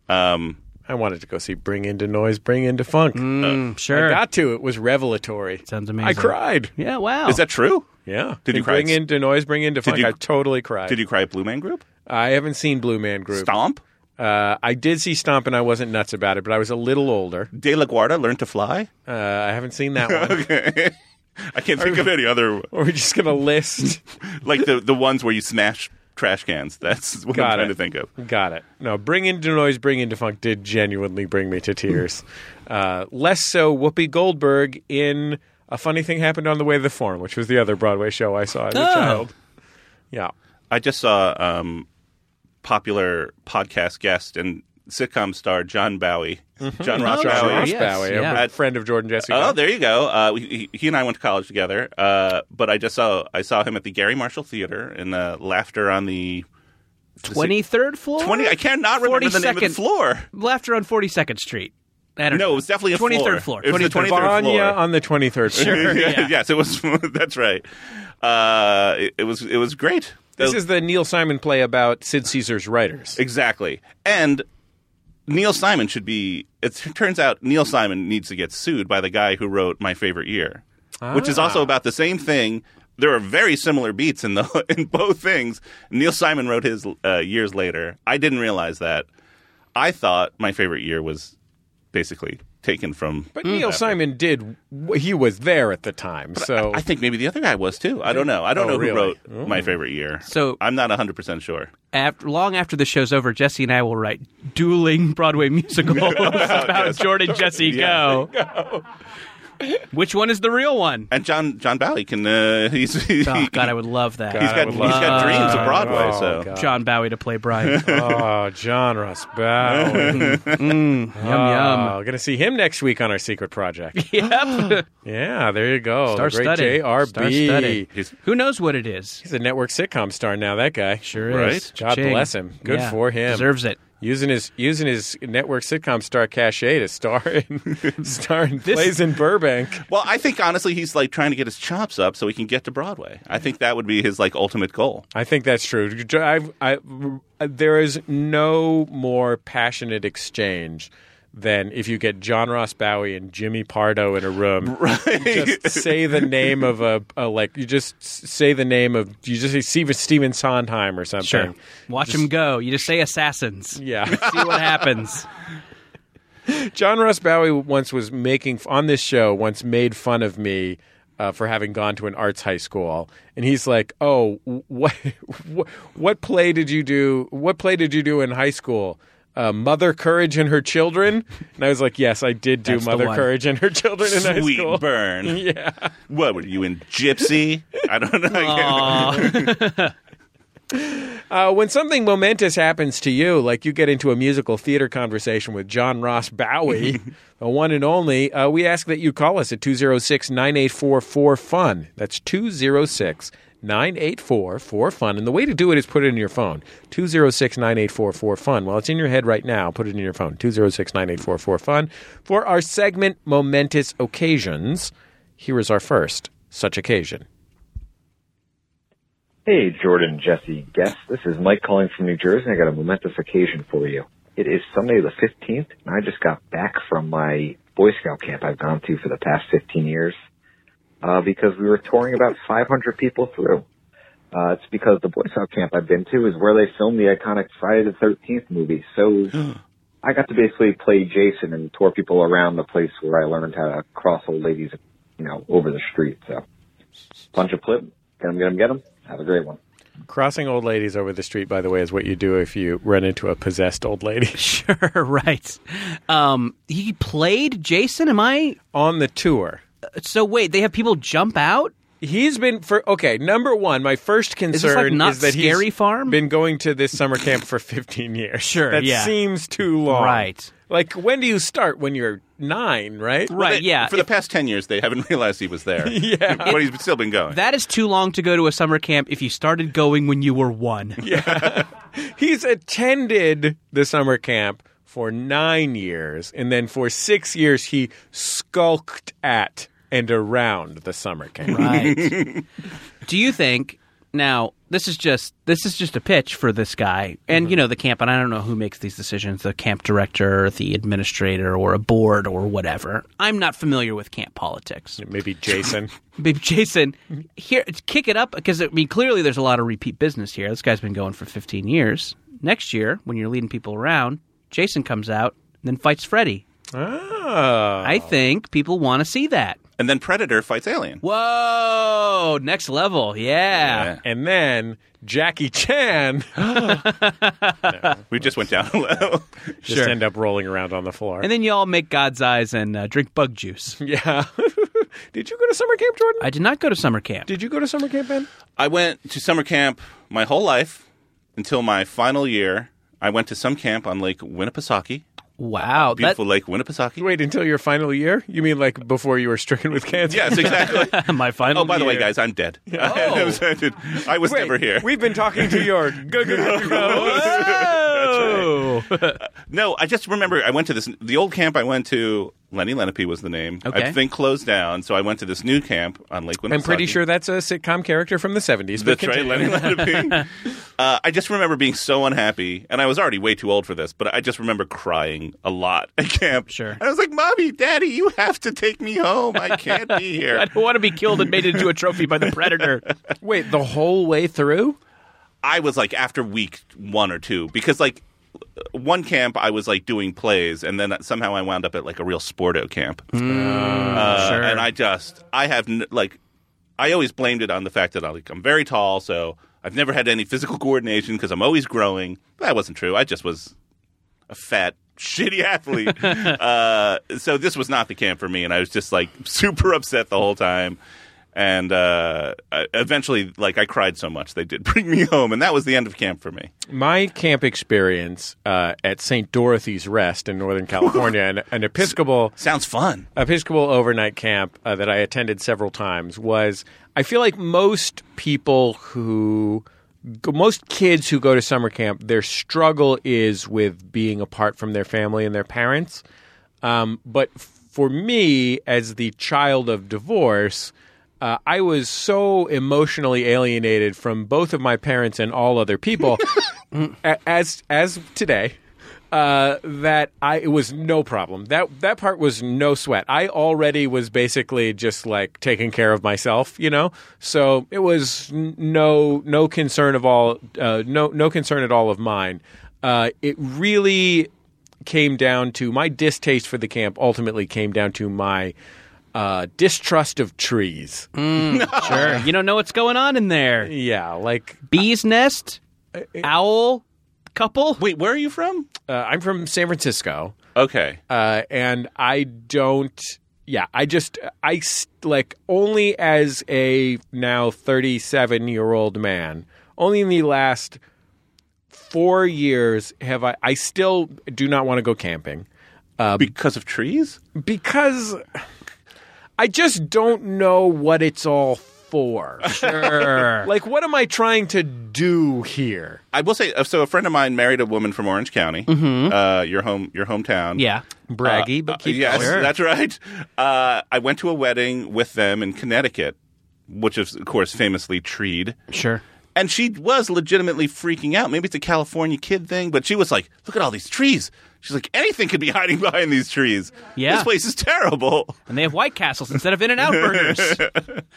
D: Um,
B: I wanted to go see Bring Into Noise, Bring Into Funk.
C: Mm, sure.
B: I got to. It was revelatory.
C: Sounds amazing.
B: I cried.
C: Yeah. Wow.
D: Is that true?
B: Yeah.
D: Did you
B: In
D: cry?
B: Bring Into Noise, Bring Into Funk.
D: you-
B: I totally cried.
D: Did you cry at Blue Man Group?
B: I haven't seen Blue Man Group.
D: Stomp?
B: Uh, I did see Stomp, and I wasn't nuts about it, but I was a little older.
D: De La Guarda? Learn to Fly?
B: Uh, I haven't seen that one.
D: Okay. I can't think of any other
B: Are we just gonna list?
D: like the the ones where you smash trash cans. That's what
B: Got
D: I'm trying
B: it.
D: to think of.
B: Got it. No, Bring Into Noise, Bring Into Funk did genuinely bring me to tears. uh, less so Whoopi Goldberg in A Funny Thing Happened on the Way to the Forum, which was the other Broadway show I saw as a
C: Oh.
B: child. Yeah.
D: I just saw um, popular podcast guest and sitcom star John Bowie, John Ross
C: sure,
D: Bowie.
B: Mm-hmm. Oh, Ross
C: yes,
B: Bowie, a
C: yeah.
B: friend of Jordan Jesse.
D: Oh,
B: Go.
D: there you go. Uh, he, he and I went to college together, uh, but I just saw I saw him at the Gary Marshall Theater in the Laughter on the
C: twenty third floor?
D: twenty. I cannot remember the name of the
C: 42nd
D: floor.
C: Laughter on Forty Second Street. I don't
D: No,
C: know.
D: it was definitely a
C: twenty third
D: floor.
C: floor.
D: It was the
C: 23rd.
D: 23rd.
B: Vanya
D: floor.
B: on the 23rd.
C: yeah.
D: yes, it was. that's right. Uh, it, it was. It was great.
B: This is the Neil Simon play about Sid Caesar's writers.
D: Exactly. And Neil Simon should be. It turns out Neil Simon needs to get sued by the guy who wrote My Favorite Year, which is
B: Ah.
D: also about the same thing. There are very similar beats in the in both things. Neil Simon wrote his uh, years later. I didn't realize that. I thought My Favorite Year was basically taken from.
B: But Neil Simon did, he was there at the time. So
D: I think maybe the other guy was too. I don't know. I don't
B: Oh,
D: know
B: really?
D: who wrote My Favorite Year.
C: So-
D: I'm not 100% sure.
C: after, long after the show's over, Jesse and I will write dueling Broadway musicals
D: Oh,
C: about Jordan Jesse Go. Which one is the real one?
D: And John John Bowie can uh, he's he,
C: Oh God, I would love that.
D: he's
B: I
D: got
B: would
D: he's
B: love
D: got dreams of Broadway.
B: Oh,
D: so
B: God.
C: John Bowie to play Brian.
B: oh, John Ross Bowie.
C: yum yum.
D: Uh.
B: Oh, gonna see him next week on our secret project.
C: Yep.
B: yeah, there you go. Oh, The great
C: Star-studded.
B: JRB.
C: Star-studded.
D: He's-
C: Who knows what it is?
B: He's a network sitcom star now. That guy
C: Sure is.
D: Right?
B: God
C: Cha-ching.
B: bless him. Good
C: Yeah.
B: for him.
C: Deserves it.
B: Using his using his network sitcom star cachet to star in star in plays in Burbank.
D: well, I think honestly he's like trying to get his chops up so he can get to Broadway. I think that would be his like ultimate goal.
B: I think that's true. I, I, there is no more passionate exchange than if you get John Ross Bowie and Jimmy Pardo in a room. Just say the name of a, a like you just s- say the name of you just say Steven, Steven Sondheim or something.
C: Sure. Watch him go. You just say assassins.
B: Yeah.
C: See what happens.
B: John Ross Bowie once was making on this show once made fun of me uh, for having gone to an arts high school, and he's like, "Oh, what, what what play did you do? What play did you do in high school?" Uh, Mother Courage and Her Children, and I was like, "Yes, I did do
C: That's the
B: Mother
C: one.
B: Courage and Her Children in high
D: Sweet
B: school."
D: burn.
B: Yeah,
D: What were you in Gypsy? I don't know. I can't-
B: uh, when something momentous happens to you, like you get into a musical theater conversation with John Ross Bowie, the one and only, uh, we ask that you call us at 206 984 4FUN. That's 206 984 4FUN. And the way to do it is put it in your phone 206 984 4FUN. Well, it's in your head right now. Put it in your phone 206 984 4FUN. For our segment, Momentous Occasions, here is our first such occasion.
I: Hey, Jordan, Jesse, guest. This is Mike calling from New Jersey. I got a momentous occasion for you. It is Sunday the 15th, and I just got back from my Boy Scout camp I've gone to for the past 15 years uh, because we were touring about 500 people through. Uh, it's because the Boy Scout camp I've been to is where they filmed the iconic Friday the 13th movie. So I got to basically play Jason and tour people around the place where I learned how to cross old ladies, you know, over the street. So bunch of clip. Get 'em, get 'em, get 'em. Have a great one.
B: Crossing old ladies over the street, by the way, is what you do if you run into a possessed old lady.
C: Sure, right. Um, he played Jason. Am I
B: On the tour,
C: so? Wait, they have people jump out.
B: he's been for okay. Number one, my first concern
C: Is this like not
B: is that
C: scary
B: he's
C: farm?
B: been going to this summer camp for 15 years.
C: Sure,
B: that
C: yeah.
B: seems too long.
C: Right.
B: Like when do you start? When you're nine, right?
C: Right.
D: They-
C: yeah.
D: For the past 10 years, they haven't realized he was there. yeah. But he's still been going.
C: That is too long to go to a summer camp if you started going when you were one.
B: He's attended the summer camp for nine years, and then for six years he skulked at and around the summer camp.
C: Right. Do you think now this is just this is just a pitch for this guy and you know the camp and I don't know who makes these decisions the camp director the administrator or a board or whatever. I'm not familiar with camp politics.
B: Maybe Jason.
C: Babe Jason, here kick it up because I mean clearly there's a lot of repeat business here. This guy's been going for 15 years. Next year when you're leading people around, Jason comes out and then fights Freddy.
B: Oh.
C: I think people want to see that.
D: And then Predator fights Alien.
C: Whoa, next level. yeah.
D: Yeah.
B: And then Jackie Chan
D: We just went down a low.
B: just end up rolling around on the floor.
C: And then you all make God's eyes and uh, drink bug juice.
B: yeah. Did you go to summer camp, Jordan?
C: I did not go to summer camp.
B: Did you go to summer camp, Ben?
D: I went to summer camp my whole life until my final year. I went to some camp on Lake Winnipesaukee,
C: wow, that,
D: beautiful Lake Winnipesaukee.
B: Wait until your final year? You mean like before you were stricken with cancer?
D: Yes, exactly.
C: my final.
D: oh, by the way,
C: year.
D: guys, I'm dead. I was, I did- I was
B: Wait,
D: never here.
B: We've been talking to your.
C: Oh,
D: No, I just remember I went to this the old camp I went to. Lenny Lenape was the name.
C: Okay.
D: I think closed down, so I went to this new camp on Lake Winnipesaukee.
B: I'm pretty sure that's a sitcom character from the 70s. but
D: That's right,
B: continue.
D: Lenny Lenape. uh, I just remember being so unhappy, and I was already way too old for this, but I just remember crying a lot at camp.
C: Sure.
D: And I was like, Mommy, Daddy, you have to take me home. I can't be
C: I
D: here.
C: don't want to be killed and made into a trophy by the predator.
B: Wait, the whole way through?
D: I was like, after week one or two, because like one camp, I was like doing plays, and then somehow I wound up at like a real sporto camp. Uh,
C: sure.
D: And I just, I have n- like, I always blamed it on the fact that I, like, I'm very tall, so I've never had any physical coordination because I'm always growing. That wasn't true. I just was a fat, shitty athlete. uh, so this was not the camp for me, and I was just like super upset the whole time. And uh, I- eventually, like, I cried so much they did bring me home, and that was the end of camp for me.
B: My camp experience uh, at St. Dorothy's Rest in Northern California, an, an Episcopal
D: Sounds fun.
B: Episcopal overnight camp uh, that I attended several times was I feel like most people who go- most kids who go to summer camp their struggle is with being apart from their family and their parents. Um, but for me as the child of divorce, uh, I was so emotionally alienated from both of my parents and all other people a- as as today uh, that I it was no problem. That that part was no sweat. I already was basically just like taking care of myself, you know. So it was n- no no concern of all uh, no no concern at all of mine. Uh, it really came down to my distaste for the camp. Ultimately, came down to my uh, distrust of trees.
C: sure, you don't know what's going on in there.
B: Yeah, like
C: Bee's nest, owl couple.
D: Wait, where are you from?
B: uh, I'm from San Francisco.
D: Okay.
B: uh, and I don't. Yeah, I just I s- like only as a now thirty-seven year old man. Only in the last four years have I. I still do not want to go camping
D: because of trees?
B: because I just don't know what it's all for.
C: Sure.
B: like, what am I trying to do here?
D: I will say, uh, so a friend of mine married a woman from Orange County, uh, your home, your hometown.
C: yeah.
B: Braggy,
D: Uh,
B: but keep
D: yes,
B: going.
D: that's right. Uh, I went to a wedding with them in Connecticut, which is, of course, famously treed.
C: Sure.
D: And she was legitimately freaking out. Maybe it's a California kid thing, but she was like, look at all these trees. She's like, anything could be hiding behind these trees.
C: Yeah.
D: This place is terrible,
C: And they have White Castles instead of In-N-Out burgers.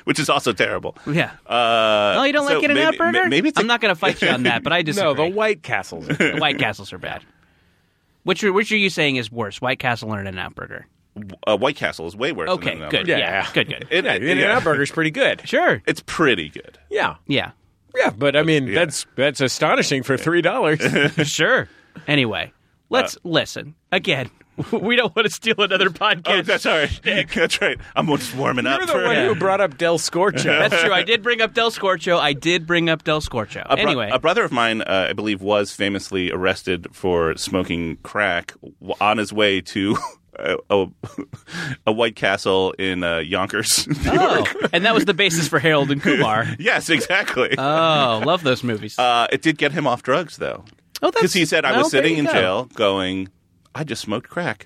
D: which is also terrible.
C: Yeah.
D: Uh,
C: no, you don't
D: so
C: like In-N-Out
D: maybe-
C: burger?
D: Maybe it's
C: I'm
D: a-
C: not going to fight you on that, but I disagree.
B: no, the White Castles.
C: The White Castles are bad. Which are, which are you saying is worse, White Castle or an In-N-Out Burger?
D: uh, White Castle is way worse. than
C: Okay,
D: In-N-Out
C: good.
D: Burger.
C: Yeah.
B: Yeah.
C: good, good.
D: It-
B: yeah,
D: it-
B: the In-N-Out
D: yeah.
B: Burger's pretty good.
C: Sure.
D: It's pretty good.
B: Yeah.
C: Yeah.
B: Yeah, but I mean that's that's astonishing for three dollars.
C: sure. Anyway, let's listen again. We don't want to steal another podcast.
D: Uh, Oh, that's all right. that's right. I'm just warming up
B: You're
D: for
B: the one who brought up Del Scorcho.
C: That's true. I did bring up Del Scorcho. I did bring up Del Scorcho.
D: A bro-
C: anyway,
D: a brother of mine, uh, I believe, was famously arrested for smoking crack w- on his way to a, a, a White Castle in uh, Yonkers.
C: oh, and that was the basis for Harold and Kumar.
D: yes, exactly.
C: Oh, love those movies.
D: Uh, it did get him off drugs, though,
C: oh,
D: because he said I was sitting in
C: jail.
D: jail, going, "I just smoked crack.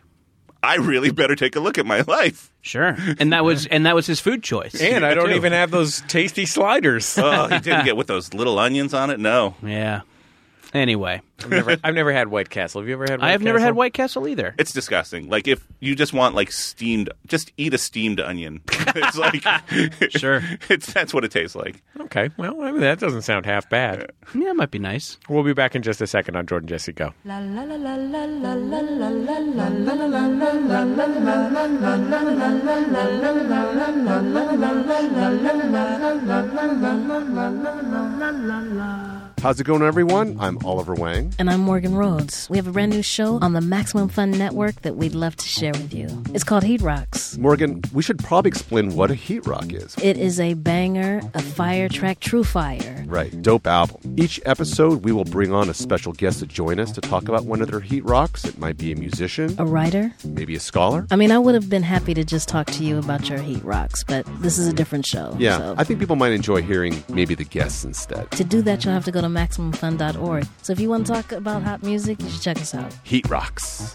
D: I really better take a look at my life."
C: Sure, and that was and that was his food choice.
B: and I don't
D: too.
B: even have those tasty sliders.
D: Oh, he didn't get with those little onions on it. No,
C: yeah. Anyway,
B: I've never, I've never had White Castle. Have you ever had? White
C: I have never had
B: Castle?
C: White Castle either.
D: it's disgusting. Like if you just want like steamed, just eat a steamed onion. it's like
C: Sure,
D: it's that's what it tastes like.
B: Okay, well I mean, that doesn't sound half bad.
C: yeah, it might be nice.
B: We'll be back in just a second on Jordan Jesse Go.
J: How's it going, everyone? I'm Oliver Wang.
K: And I'm Morgan Rhodes. We have a brand new show on the Maximum Fun Network that we'd love to share with you. It's called Heat Rocks.
J: Morgan, we should probably explain what a heat rock is.
K: It is a banger, a fire track, true fire.
J: Right, dope album. Each episode, we will bring on a special guest to join us to talk about one of their heat rocks. It might be a musician,
K: A writer?
J: maybe a scholar.
K: I mean, I would have been happy to just talk to you about your Heat Rocks, but this is a different show.
J: Yeah,
K: so-
J: I think people might enjoy hearing maybe the guests instead.
K: to do that, you'll have to go to MaximumFun.org. So if you want to talk about hot music, you should check us out.
J: Heat rocks.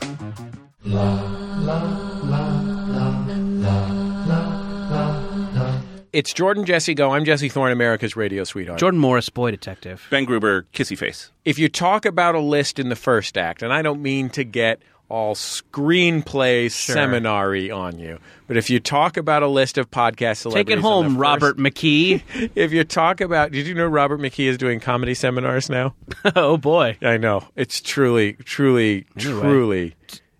B: It's Jordan Jesse Go. I'm Jesse Thorne, America's radio sweetheart.
C: Jordan Morris, boy detective.
D: Ben Gruber, kissy face.
B: if you talk about a list in the first act, and I don't mean to get all screenplay seminary on you, but if you talk about a list of podcast
C: Take
B: celebrities,
C: it
B: in
C: home,
B: the
C: Robert McKee.
B: first- if you talk about, did you know Robert McKee is doing comedy seminars now?
C: oh boy,
B: I know it's truly, truly, truly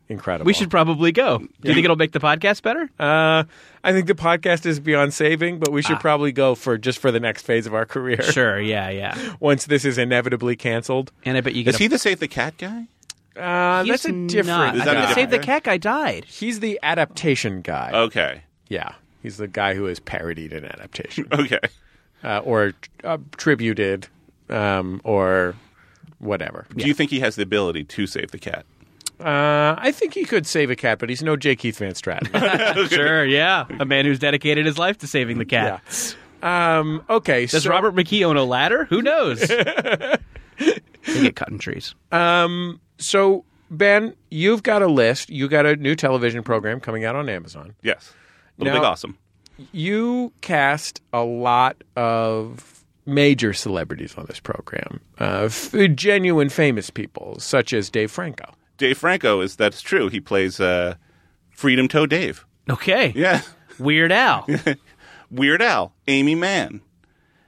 B: incredible.
C: we should probably go. Do you think it'll make the podcast better?
B: Uh, I think the podcast is beyond saving, but we should probably go for just for the next phase of our career.
C: sure. Yeah, yeah.
B: Once this is inevitably canceled,
C: And I bet you
D: Is
C: get.
D: he the save the cat guy?
B: uh,
C: a,
B: that's a
C: He's
B: different.
C: Not.
D: Is that
B: guy.
D: a
C: I think Save the
D: guy?
C: Cat guy died.
B: He's the adaptation guy.
D: Okay,
B: Yeah, he's the guy who has parodied an adaptation
D: okay.
B: uh, or uh, tributed um, or whatever.
D: Do you think he has the ability to save the cat?
B: Uh, I think he could save a cat, but he's no J. Keith Van Stratton.
C: Sure. Yeah, a man who's dedicated his life to saving the cat.
B: um, okay,
C: Does
B: so
C: Robert McKee own a ladder? Who knows? they get cut in trees.
B: so Ben, you've got a list. You got a new television program coming out on Amazon.
D: Yes. Little
B: No.
D: big awesome.
B: you cast a lot of major celebrities on this program, uh, f- genuine famous people such as Dave Franco.
D: Dave Franco is that's true. He plays uh, Freedom Toe Dave.
C: Okay.
D: Yeah.
C: Weird Al.
D: Weird Al, Amy Mann,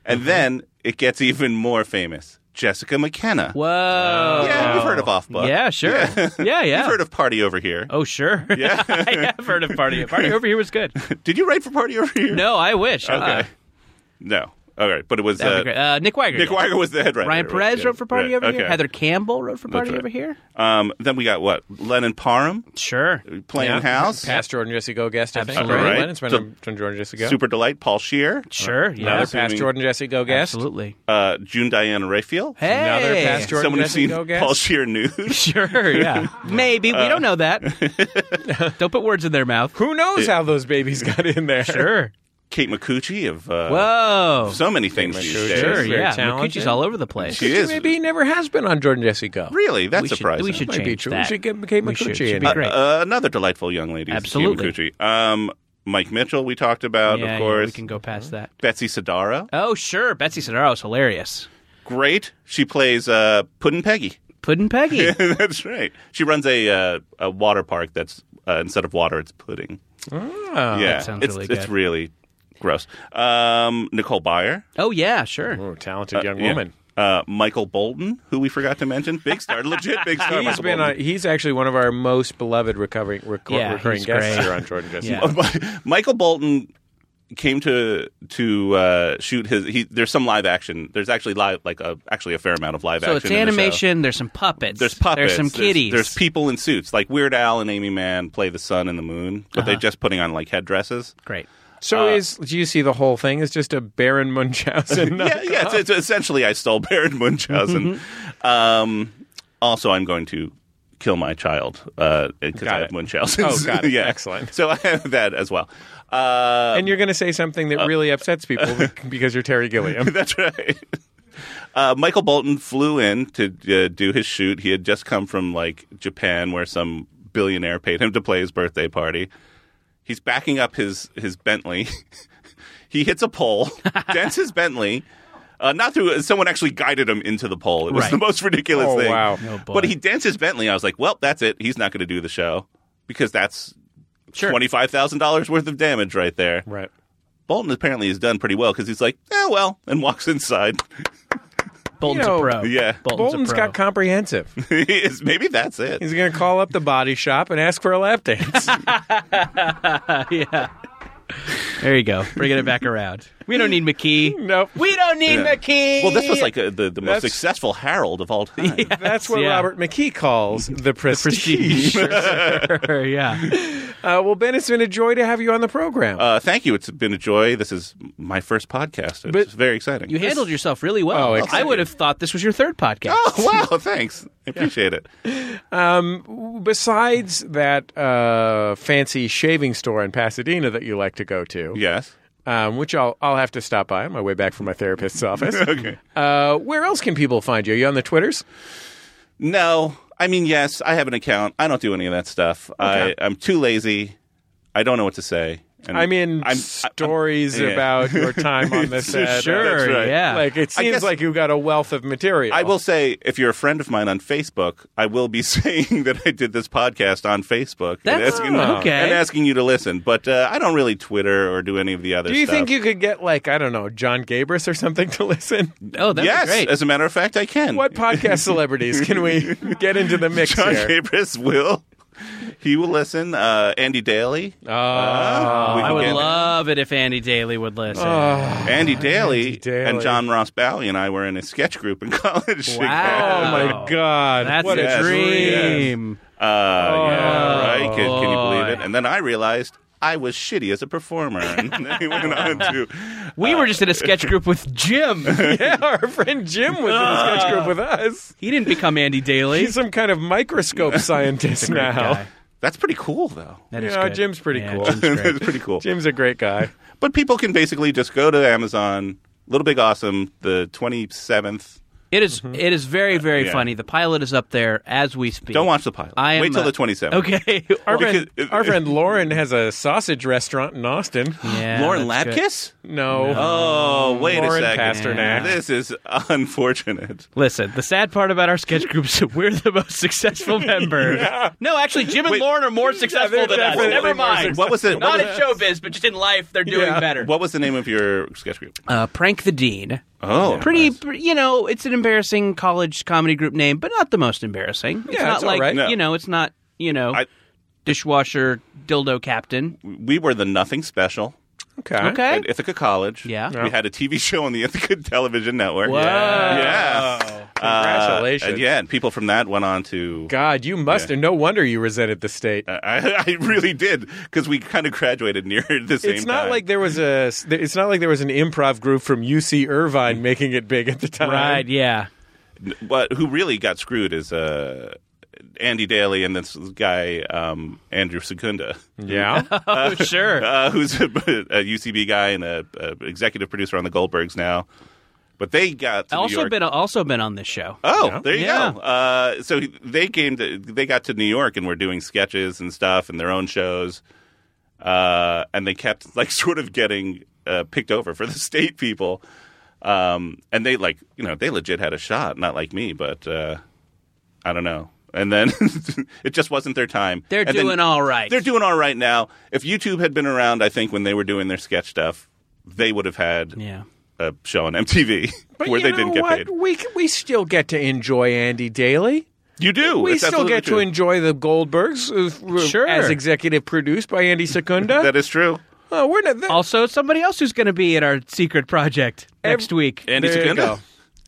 C: Mm-hmm.
D: and then it gets even more famous. Jessica McKenna.
C: Whoa.
D: Yeah, we've heard of Off Book.
C: Yeah, sure. Yeah, yeah.
D: We've heard of Party Over Here.
C: oh, sure. Yeah. I have heard of Party. Party over here was good.
D: Did you write for Party Over Here?
C: No, I wish.
D: Okay.
C: Uh,
D: no. All right, but it was
C: that'd
D: uh,
C: be great. Uh, Nick Weiger.
D: Nick
C: did.
D: Weiger was the head writer.
C: Ryan
D: right?
C: Perez
D: Yeah.
C: wrote for Party
D: Right,
C: Over Here.
D: okay.
C: Heather Campbell wrote for Party
D: right.
C: Over Here.
D: Um, then we got what? Lennon Parham
C: Sure.
D: playing
B: Yeah.
D: House.
B: Past Jordan Jesse Go guest, I think.
C: Absolutely.
B: Lennon,
D: Right.
B: It's been
D: So-
B: on on Jordan Jesse Go.
D: Super Delight, Paul Shear,
C: Sure. Yeah.
B: Another
D: Assuming-
B: past Jordan Jesse Go guest.
C: Absolutely.
D: uh, June Diana Raphael.
C: Hey.
B: Another past Jordan
D: Someone who's
B: Jesse
D: seen
B: Go guest.
D: Paul Shear news.
C: Sure. Yeah. Maybe. we don't know that. don't put words in their mouth.
B: Who knows how those babies got in there?
C: Sure.
D: Kate McCucci of uh,
C: Whoa.
D: so many things these
B: McCucci.
D: days.
C: Sure.
B: Very
C: Yeah.
B: talented.
C: McCucci's all over the place.
D: She is
B: Maybe he never has been on Jordan Jesse Go.
D: really that's
C: we should,
D: surprising.
C: We should
B: Might
C: change
B: be true.
C: that.
B: We should get Kate
C: We should.
B: McCucci
C: Should
B: in
C: be
B: here.
C: great.
D: Uh, another delightful young lady, is Kate
C: Absolutely.
D: McCucci. Um, Mike Mitchell, we talked about,
C: yeah,
D: of
C: yeah,
D: course. Mm-hmm.
C: we can go past that.
D: Betsy Sidaro,
C: Oh, sure. Betsy Sidaro is hilarious.
D: great. She plays uh, Puddin' Peggy.
C: Puddin' Peggy.
D: that's right. She runs a uh, a water park that's uh, instead of water, it's pudding.
B: Ah.
D: Oh, yeah,
C: Uh, sounds
D: it's,
C: really
D: It's
C: good.
D: really gross. Um, Nicole Byer,
C: oh, yeah,
D: Mm-hmm.
C: sure.
B: Oh, talented young
D: Yeah.
B: woman.
D: Uh, Michael Bolton, who we forgot to mention, big star, legit big star.
B: He's
D: Michael
B: been on,
D: Bolton.
B: he's actually one of our most beloved recovering recor-
C: Yeah,
B: recurring
C: he's
B: guests
C: great.
B: here on Jordan Jesse.
C: Yeah.
B: Go.
D: Michael Oh, Bolton came to to uh, shoot his. He, there's some live action. There's actually live, like a actually a fair amount of live
C: so
D: action.
C: it's
D: in the show.
C: animation. There's some puppets.
D: There's puppets.
C: There's some kitties.
D: There's, people in suits. Like Weird Al and Amy Mann play the sun and the moon, but they're
B: Uh-huh.
D: just putting on like headdresses.
C: Great.
B: So is do you see the whole thing is just a Baron Munchausen?
D: yeah, yeah. It's, it's essentially I stole Baron Munchausen.
B: Mm-hmm.
D: um, also, I'm going to kill my child because I have Munchausen.
B: Oh, got it.
D: yeah,
B: Excellent.
D: So I have that as well. Uh,
B: and you're going to say something that really upsets people because you're Terry Gilliam.
D: That's right. Uh, Michael Bolton flew in to uh, do his shoot. He had just come from like Japan, where some billionaire paid him to play his birthday party. He's backing up his his Bentley. he hits a pole, dents his Bentley. Uh, not through someone actually guided him into the pole. It was
B: Right.
D: the most ridiculous
B: Oh,
D: thing.
B: wow. Oh, boy.
D: but he dents his Bentley. I was like, well, that's it. He's not going to do the show because that's twenty five thousand dollars worth of damage right there.
B: Right.
D: Bolton apparently has done pretty well because he's like, eh, well, and walks inside.
C: Bolton's
B: You know,
D: Yeah,
B: Bolton's got comprehensive.
D: he is. Maybe that's it.
B: He's going to call up the body shop and ask for a lap dance.
C: yeah. There you go. Bringing it back around. We don't need McKee.
B: Nope.
C: We don't need
D: Yeah.
C: McKee.
D: Well, this was like a, the, the most
B: That's-
D: successful Harold of all time.
B: That's what
C: yeah.
B: Robert McKee calls the prestige.
C: Sure, yeah.
B: uh, well, Ben, it's been a joy to have you on the program.
D: Uh, thank you. It's been a joy. This is my first podcast. It's
B: But-
D: very exciting.
C: You handled yourself really well.
B: Oh,
C: I
B: exciting.
C: would have thought this was your third podcast.
D: oh, wow. Thanks. I appreciate it.
B: Um, besides that uh, fancy shaving store in Pasadena that you like to go to,
D: Yes.
B: um, which I'll, I'll have to stop by on my way back from my therapist's office. okay. Uh, where else can people find you? Are you on the Twitters?
D: No, I mean, yes, I have an account. I don't do any of that stuff.
B: Okay.
D: I, I'm too lazy. I don't know what to say. And
B: I'm in
D: I'm-
B: stories
D: yeah.
B: about your time on the set.
D: That's
C: Sure,
D: right.
C: yeah.
B: Like it
D: I
B: seems
D: guess-
B: like you got a wealth of material.
D: I will say, if you're a friend of mine on Facebook, I will be saying that I did this podcast on Facebook and,
C: That's-
D: asking,
C: oh, okay.
D: and asking you to listen. But uh, I don't really Twitter or do any of the other
B: Do you
D: stuff.
B: think you could get like I don't know John Gabris or something to listen?
C: Oh, that's
D: yes,
C: great.
D: as a matter of fact, I can.
B: What podcast celebrities can we get into the mix
D: John
B: here?
D: Gabris will. He will listen. Uh, Andy Daly. Uh,
B: Oh,
D: we
C: I
D: can
C: would
D: get-
C: love it if Andy Daly would listen.
D: Oh, Andy Daly,
B: Daly.
D: and John Ross Bowie and I were in a sketch group in
C: Wow.
D: college.
B: oh my God!
C: That's
B: what
C: a
D: yes,
B: a dream.
C: dream.
D: Uh, yeah, right. Can, can you believe it?
C: Oh, boy.
D: And then I realized I was shitty as a performer. And then he went on to
C: We were just in a sketch group with Jim.
B: Yeah, our friend Jim was in the sketch group with us.
C: He didn't become Andy Daly.
B: He's some kind of microscope scientist now.
C: guy.
D: That's pretty cool, though.
C: That
B: You
C: is
B: know,
C: good.
B: Jim's pretty
C: Yeah,
B: cool.
C: Jim's
D: That's
C: great.
D: pretty cool.
B: Jim's a great guy.
D: But people can basically just go to Amazon, Little Big Awesome, the 27th.
C: It is- It is very very
D: Mm-hmm. Uh, Yeah.
C: funny. The pilot is up there as we speak.
D: Don't watch the pilot.
C: I am,
D: Wait till
C: uh,
D: the 27th.
C: Okay.
B: Our
C: Well,
B: friend,
D: Because-
B: our friend Lauren has a sausage restaurant in Austin.
C: yeah,
D: Lauren
C: that's good. Mm-hmm.
D: Lapkus?
B: No.
D: Oh, wait
B: Lauren
D: a second.
B: Pasternak.
D: This is unfortunate.
C: Listen, the sad part about our sketch group is that we're the most successful member. No, actually, Jim and
D: Wait.
C: Lauren are more successful
B: they're
C: than us.
B: definitely
C: Never
B: more
C: mind.
D: What was it?
C: Not
D: What
C: in showbiz, but just in life, they're doing
B: Yeah.
C: better.
D: was, what was the name of your sketch group?
C: Uh, Prank the Dean.
D: Oh,
C: pretty, pr you know, it's an embarrassing college comedy group name, but not the most embarrassing. it's
B: Yeah,
C: not
B: it's all
C: like
B: right.
D: No.
C: you know, it's not you know,
D: I-
C: dishwasher dildo captain.
D: We were the Nothing Special Oh,
B: Okay.
C: Okay,
D: at Ithaca College.
C: Yeah.
D: We had a TV show on the Ithaca Television Network.
C: Whoa.
D: Yeah.
B: Oh. Congratulations.
D: Uh, and yeah, and people from that went on to.
B: God, you must.
D: Yeah. Uh,
B: have No wonder you resented the state.
D: I, I really did because we kind of graduated near the same
B: It's not
D: time.
B: like there was a. It's not like there was an improv group from UC Irvine making it big at the time.
C: right, yeah,
D: But who really got screwed is uh, Andy Daly and this guy um, Andrew Secunda,
B: Yeah.
C: oh sure,
D: uh, who's a, a UCB guy and a, a executive producer on the Goldbergs now. But they got to New
C: also
D: York-
C: been also been on this show.
D: Oh, there you
C: Yeah.
D: go. Uh, so they came to they got to New York and were doing sketches and stuff and their own shows, uh, and they kept like sort of getting uh, picked over for the state people, um, and they like you know they legit had a shot, not like me, but uh, I don't know. And then it just wasn't their time.
C: They're
D: And then-
C: doing all right.
D: They're doing all right now. If YouTube had been around, I think when they were doing their sketch stuff, they would have had
C: yeah.
D: a show on MTV
B: But
D: where
B: you
D: they
B: know
D: didn't get
B: what?
D: paid.
B: We c- we still get to enjoy Andy Daly.
D: You do.
B: we
D: It's
B: still
D: absolutely
B: get to
D: true.
B: enjoy the Goldbergs, uh,
C: Sure.
B: as executive produced by Andy Secunda.
D: That is true.
B: Oh, we're not. That.
C: Also, somebody else who's going to be in our secret project next week.
B: There you go.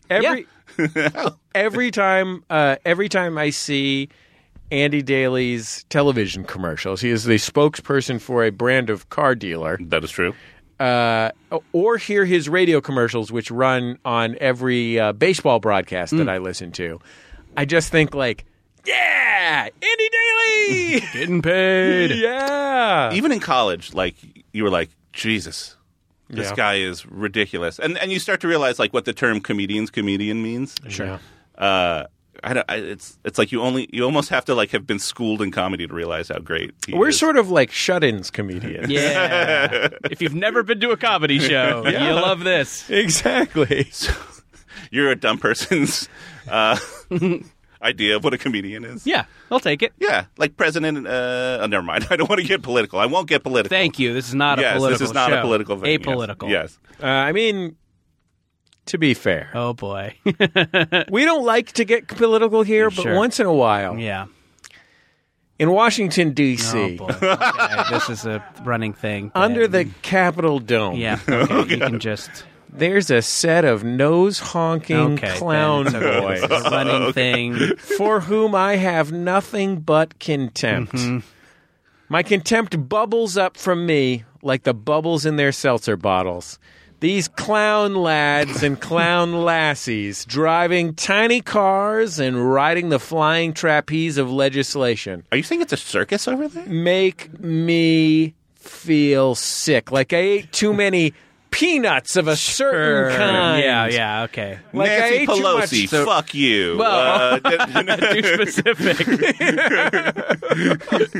B: Every every time uh, every time I see Andy Daly's television commercials, he is the spokesperson for a brand of car dealer.
D: That is true.
B: Uh, or hear his radio commercials, which run on every uh, baseball broadcast
C: Hmm.
B: that I listen to. I just think like, yeah, Andy Daly
C: getting paid.
B: Yeah.
D: Even in college, like you were like, Jesus, this
B: Yeah.
D: guy is ridiculous, and and you start to realize like what the term comedians comedian means.
B: Sure.
D: Uh, I don't. I, it's it's like you only you almost have to like have been schooled in comedy to realize how great he
B: we're
D: is.
B: sort of like shut-ins comedians.
C: Yeah. if you've never been to a comedy show,
D: Yeah.
C: you'll love this.
B: Exactly.
D: You're a dumb person's uh, idea of what a comedian is.
C: Yeah, I'll take it.
D: Yeah, like President. Uh, oh, never mind. I don't want to get political. I won't get political.
C: Thank you. This is not
D: yes,
C: a political.
D: this is not a
C: show.
D: political thing. Yes.
C: Apolitical.
D: Yes.
B: Uh, I mean, to be fair,
C: Oh boy.
B: we don't like to get political here, but
C: Sure.
B: once in a while,
C: yeah.
B: in Washington
C: Oh
B: D.C.,
C: boy. Okay, this is a running thing.
B: under
C: Ben.
B: the Capitol dome,
C: Yeah. Okay. you can just.
B: there's a set of nose honking
C: Okay.
B: clown
C: Ben, so this
B: boys
C: is a running thing.
B: for whom I have nothing but contempt.
C: Mm-hmm.
B: My contempt bubbles up from me like the bubbles in their seltzer bottles. These clown lads and clown lassies driving tiny cars and riding the flying trapeze of legislation
D: Are you saying it's a circus over there?
B: make me feel sick. Like I ate too many peanuts of a certain kind.
C: Yeah. Yeah. Okay.
B: Like I
D: Nancy
B: ate too much-
D: Pelosi,
B: so-
D: fuck you.
B: Well-
D: Uh,
C: Too specific.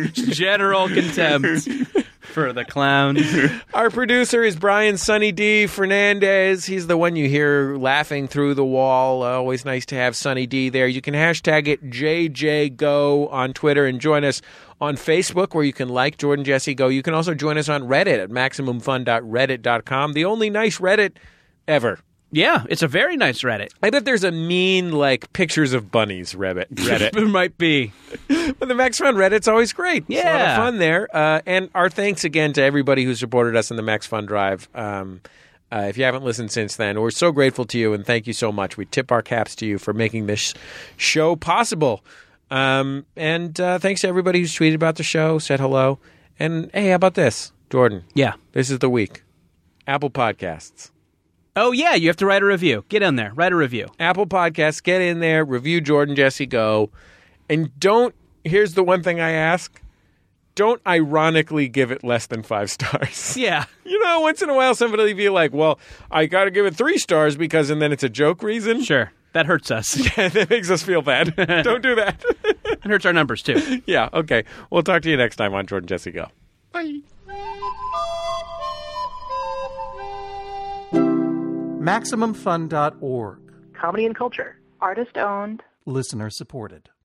C: General contempt for the clown.
B: Our producer is Brian Sunny D. Fernandez. He's the one you hear laughing through the wall. Uh, always nice to have Sunny D there. You can hashtag it JJGo on Twitter and join us on Facebook where you can like Jordan Jesse Go. You can also join us on Reddit at MaximumFun.reddit.com, the only nice Reddit ever.
C: Yeah, it's a very nice Reddit.
B: I bet there's a mean, like, pictures of bunnies Reddit. Reddit.
C: it might be.
B: But the Max Fun Reddit's always great. It's a lot of
C: Yeah.
B: fun there. Uh, and our thanks again to everybody who supported us in the Max Fun Drive. Um, uh, if you haven't listened since then, we're so grateful to you and thank you so much. We tip our caps to you for making this show possible. Um, and uh, thanks to everybody who's tweeted about the show, said hello. And hey, how about this, Jordan?
C: Yeah.
B: This is the week. Apple Podcasts.
C: Oh yeah, you have to write a review. Get in there, write a review.
B: Apple Podcasts, get in there, review Jordan Jesse Go. And don't, here's the one thing I ask don't ironically give it less than five stars.
C: Yeah.
B: You know, once in a while somebody will be like, well, I got to give it three stars because, and then it's a joke reason.
C: Sure. That hurts us.
B: And that makes us feel bad. don't do that.
C: It hurts our numbers too.
B: yeah, okay. We'll talk to you next time on Jordan Jesse Go.
L: MaximumFun.org.
M: Comedy and culture. Artist owned.
L: Listener supported.